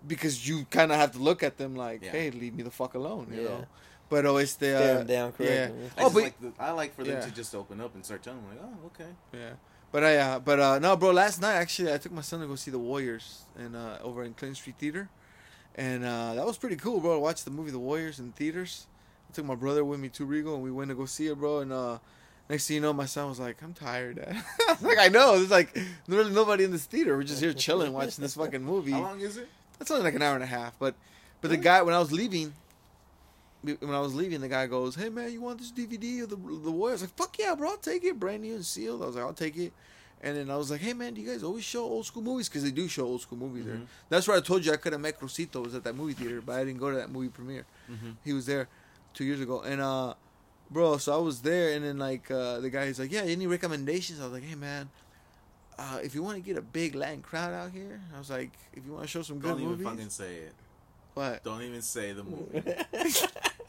S2: because you kind of have to look at them like,
S1: Yeah.
S2: hey, leave me the fuck alone, you
S3: Yeah.
S2: know. But oh, it's the
S3: Stare
S2: uh,
S3: 'em down
S2: yeah.
S3: correctly.
S1: I
S2: Oh,
S1: just
S2: but
S1: like the, I like for them
S2: Yeah.
S1: to just open up and start telling them like, oh, okay.
S2: Yeah. But I, uh, but uh, no, bro. Last night actually, I took my son to go see the Warriors and uh, over in Clinton Street Theater, and uh, that was pretty cool, bro. I watched the movie The Warriors in theaters. I took my brother with me to Regal, and we went to go see it, bro. And uh, next thing you know, my son was like, "I'm tired, Dad." I was like, "I know." There's like literally nobody in this theater. We're just here chilling, watching this fucking movie.
S1: How long is it?
S2: That's only like an hour and a half. But but the guy when I was leaving, when I was leaving, the guy goes, "Hey man, you want this DVD of the the Warriors?" I was like, "Fuck yeah, bro! I'll take it, brand new and sealed." I was like, "I'll take it." And then I was like, "Hey man, do you guys always show old school movies? Because they do show old school movies there.
S1: Mhm.
S2: That's where I told you I could have met Crosito was at that movie theater, but I didn't go to that movie premiere.
S1: Mhm.
S2: He was there two years ago, and uh, bro, so I was there, and then like uh, the guy is like, "Yeah, any recommendations?" I was like, "Hey man." Uh, if you want to get a big Latin crowd out here, I was like, if you want to show some good
S1: Don't even
S2: movies,
S1: fucking say it.
S2: what?
S1: Don't even say the movie.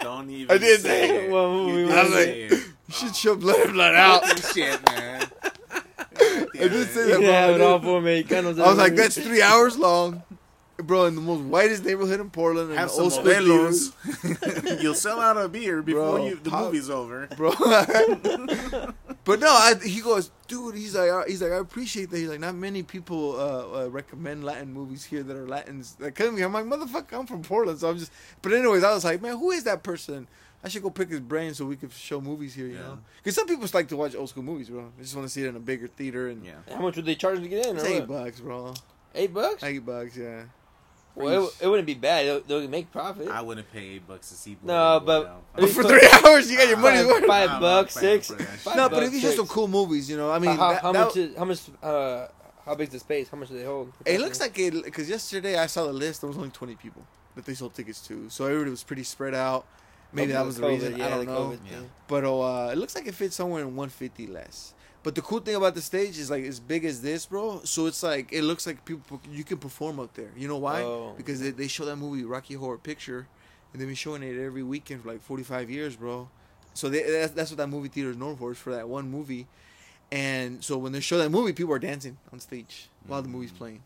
S1: Don't even.
S2: I did
S1: say
S2: say
S1: it.
S3: what
S1: You
S3: movie
S1: did
S3: was
S2: I was like,
S1: say it.
S2: You should show blood blood out.
S1: Fucking shit, man.
S2: I did say
S3: You
S2: that,
S3: can
S2: bro.
S3: have
S2: I
S3: it
S2: did.
S3: all for Americanos.
S2: I was like, that's three hours long, bro. In the most whitest neighborhood in Portland, in
S1: Have
S2: the
S1: some
S2: old school theater,
S1: modelos. You'll sell out a beer before
S2: Bro,
S1: you, the
S2: pop-
S1: movie's over.
S2: bro. but no, I, he goes, dude. He's like, I, he's like, I appreciate that. He's like, not many people uh, uh, recommend Latin movies here that are Latins that come here. I'm like, motherfucker, I'm from Portland, so I'm just. But anyways, I was like, man, who is that person? I should go pick his brain so we could show movies here, you
S1: Yeah.
S2: know? Because some people just like to watch old school movies, bro. They just want to see it in a bigger theater and
S1: Yeah.
S3: How much would they charge to get in?
S2: it's
S3: or
S2: eight
S3: what?
S2: bucks, bro.
S3: Eight bucks?
S2: Eight bucks, yeah.
S3: Well, it, it wouldn't be bad. They'll, they'll make profit.
S1: I wouldn't pay eight bucks to see. Blue
S3: No,
S1: Beetle
S3: but-
S1: now.
S3: But
S2: But
S1: Fuck.
S2: for three hours, you got your money's
S3: five,
S2: worth.
S3: five
S1: I'm not
S3: bucks,
S1: paying
S3: six.
S1: for that shit.
S3: Five
S2: No,
S3: bucks,
S2: but if you show
S3: six.
S2: some cool movies, you know, I mean,
S3: how,
S2: that-
S3: how
S2: that-
S3: much? Is, how much? Uh, how big's the space? How much do they hold?
S2: it looks like it because yesterday I saw the list. There was only twenty people that they sold tickets to, so everybody was pretty spread out. Maybe that was the
S3: COVID,
S2: reason.
S3: yeah,
S2: I don't
S3: the
S2: know,
S3: COVID thing.
S2: but oh, uh, it looks like it fits somewhere in one fifty less. But the cool thing about the stage is like as big as this, bro. So it's like it looks like people you can perform up there. You know why?
S3: Oh.
S2: Because they, they show that movie Rocky Horror Picture, and they've been showing it every weekend for like forty five years, bro. So they, that's, that's what that movie theater is known for. Is for that one movie, and so when they show that movie, people are dancing on stage while the movie's playing.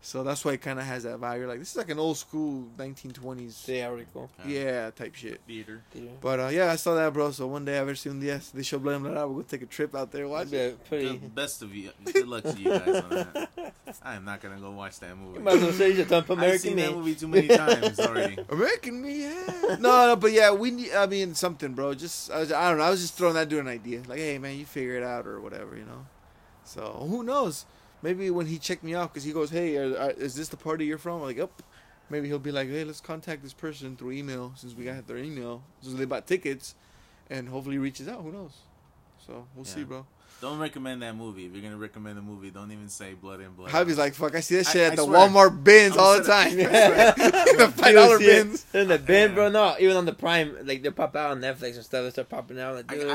S2: So that's why it kind of has that vibe. You're like, this is like an old school 1920s, yeah,
S3: Yeah, already cool.
S2: type shit.
S1: Theater.
S3: Yeah.
S2: But uh, yeah, I saw that, bro. So one day, I've ever seen yes, they show Blood and Blood Out. We'll go take a trip out there, watch
S3: That'd be
S2: it.
S3: a pretty.
S1: Good- best of you. Good luck to you guys on that. I am not gonna go watch that movie.
S3: You might as well say you're dumb
S1: I've
S3: American
S1: seen
S3: me.
S1: that movie too many times already.
S2: American me, yeah. no, no, but yeah, we. need I mean, something, bro. Just I, was, I don't know. I was just throwing that dude an idea, like, hey, man, you figure it out or whatever, you know. So who knows? Maybe when he checked me out, because he goes, hey, are, are, is this the party you're from? I'm like, yep. Maybe he'll be like, hey, let's contact this person through email since we got their email, since they bought tickets, and hopefully reaches out. Who knows? So we'll see,
S1: Yeah.
S2: bro.
S1: Don't recommend that movie. If you're gonna recommend a movie, don't even say Blood and Blood.
S2: Javi's like, fuck, I see that
S1: I-
S2: shit at
S1: I
S2: the
S1: swear.
S2: Walmart bins
S1: I'm
S2: all the time.
S1: sitting-
S2: the five
S3: You don't
S2: dollar
S3: see it
S2: bins.
S3: in the bin,
S1: Yeah.
S3: bro. No, even on the Prime, like they pop out on Netflix and stuff. They start popping out. Like,
S1: I, I,
S3: dude,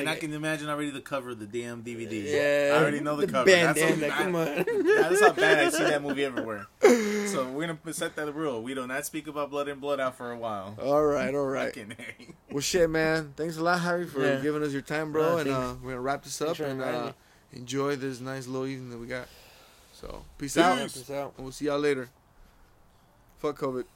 S1: and I
S3: like,
S1: can imagine already the cover of the damn DVD.
S3: Yeah,
S1: I already know the, cover.
S3: Band
S1: That's how,
S3: like,
S1: I-
S3: come on.
S1: that's how bad I see that movie everywhere. So we're gonna set that rule. We do not speak about Blood and Blood out for a while.
S2: All right, all right.
S1: Fucking A.
S2: Well, shit, man. Thanks a lot, Javi, for
S3: Yeah.
S2: giving us your time, bro.
S3: Yeah,
S2: and
S3: thanks.
S2: uh, we're gonna wrap this up
S3: for
S2: and
S3: inviting
S2: uh,
S3: me.
S2: enjoy this nice little evening that we got. So peace
S1: Peace.
S2: out,
S3: Peace out.
S2: and we'll see y'all later. Fuck COVID.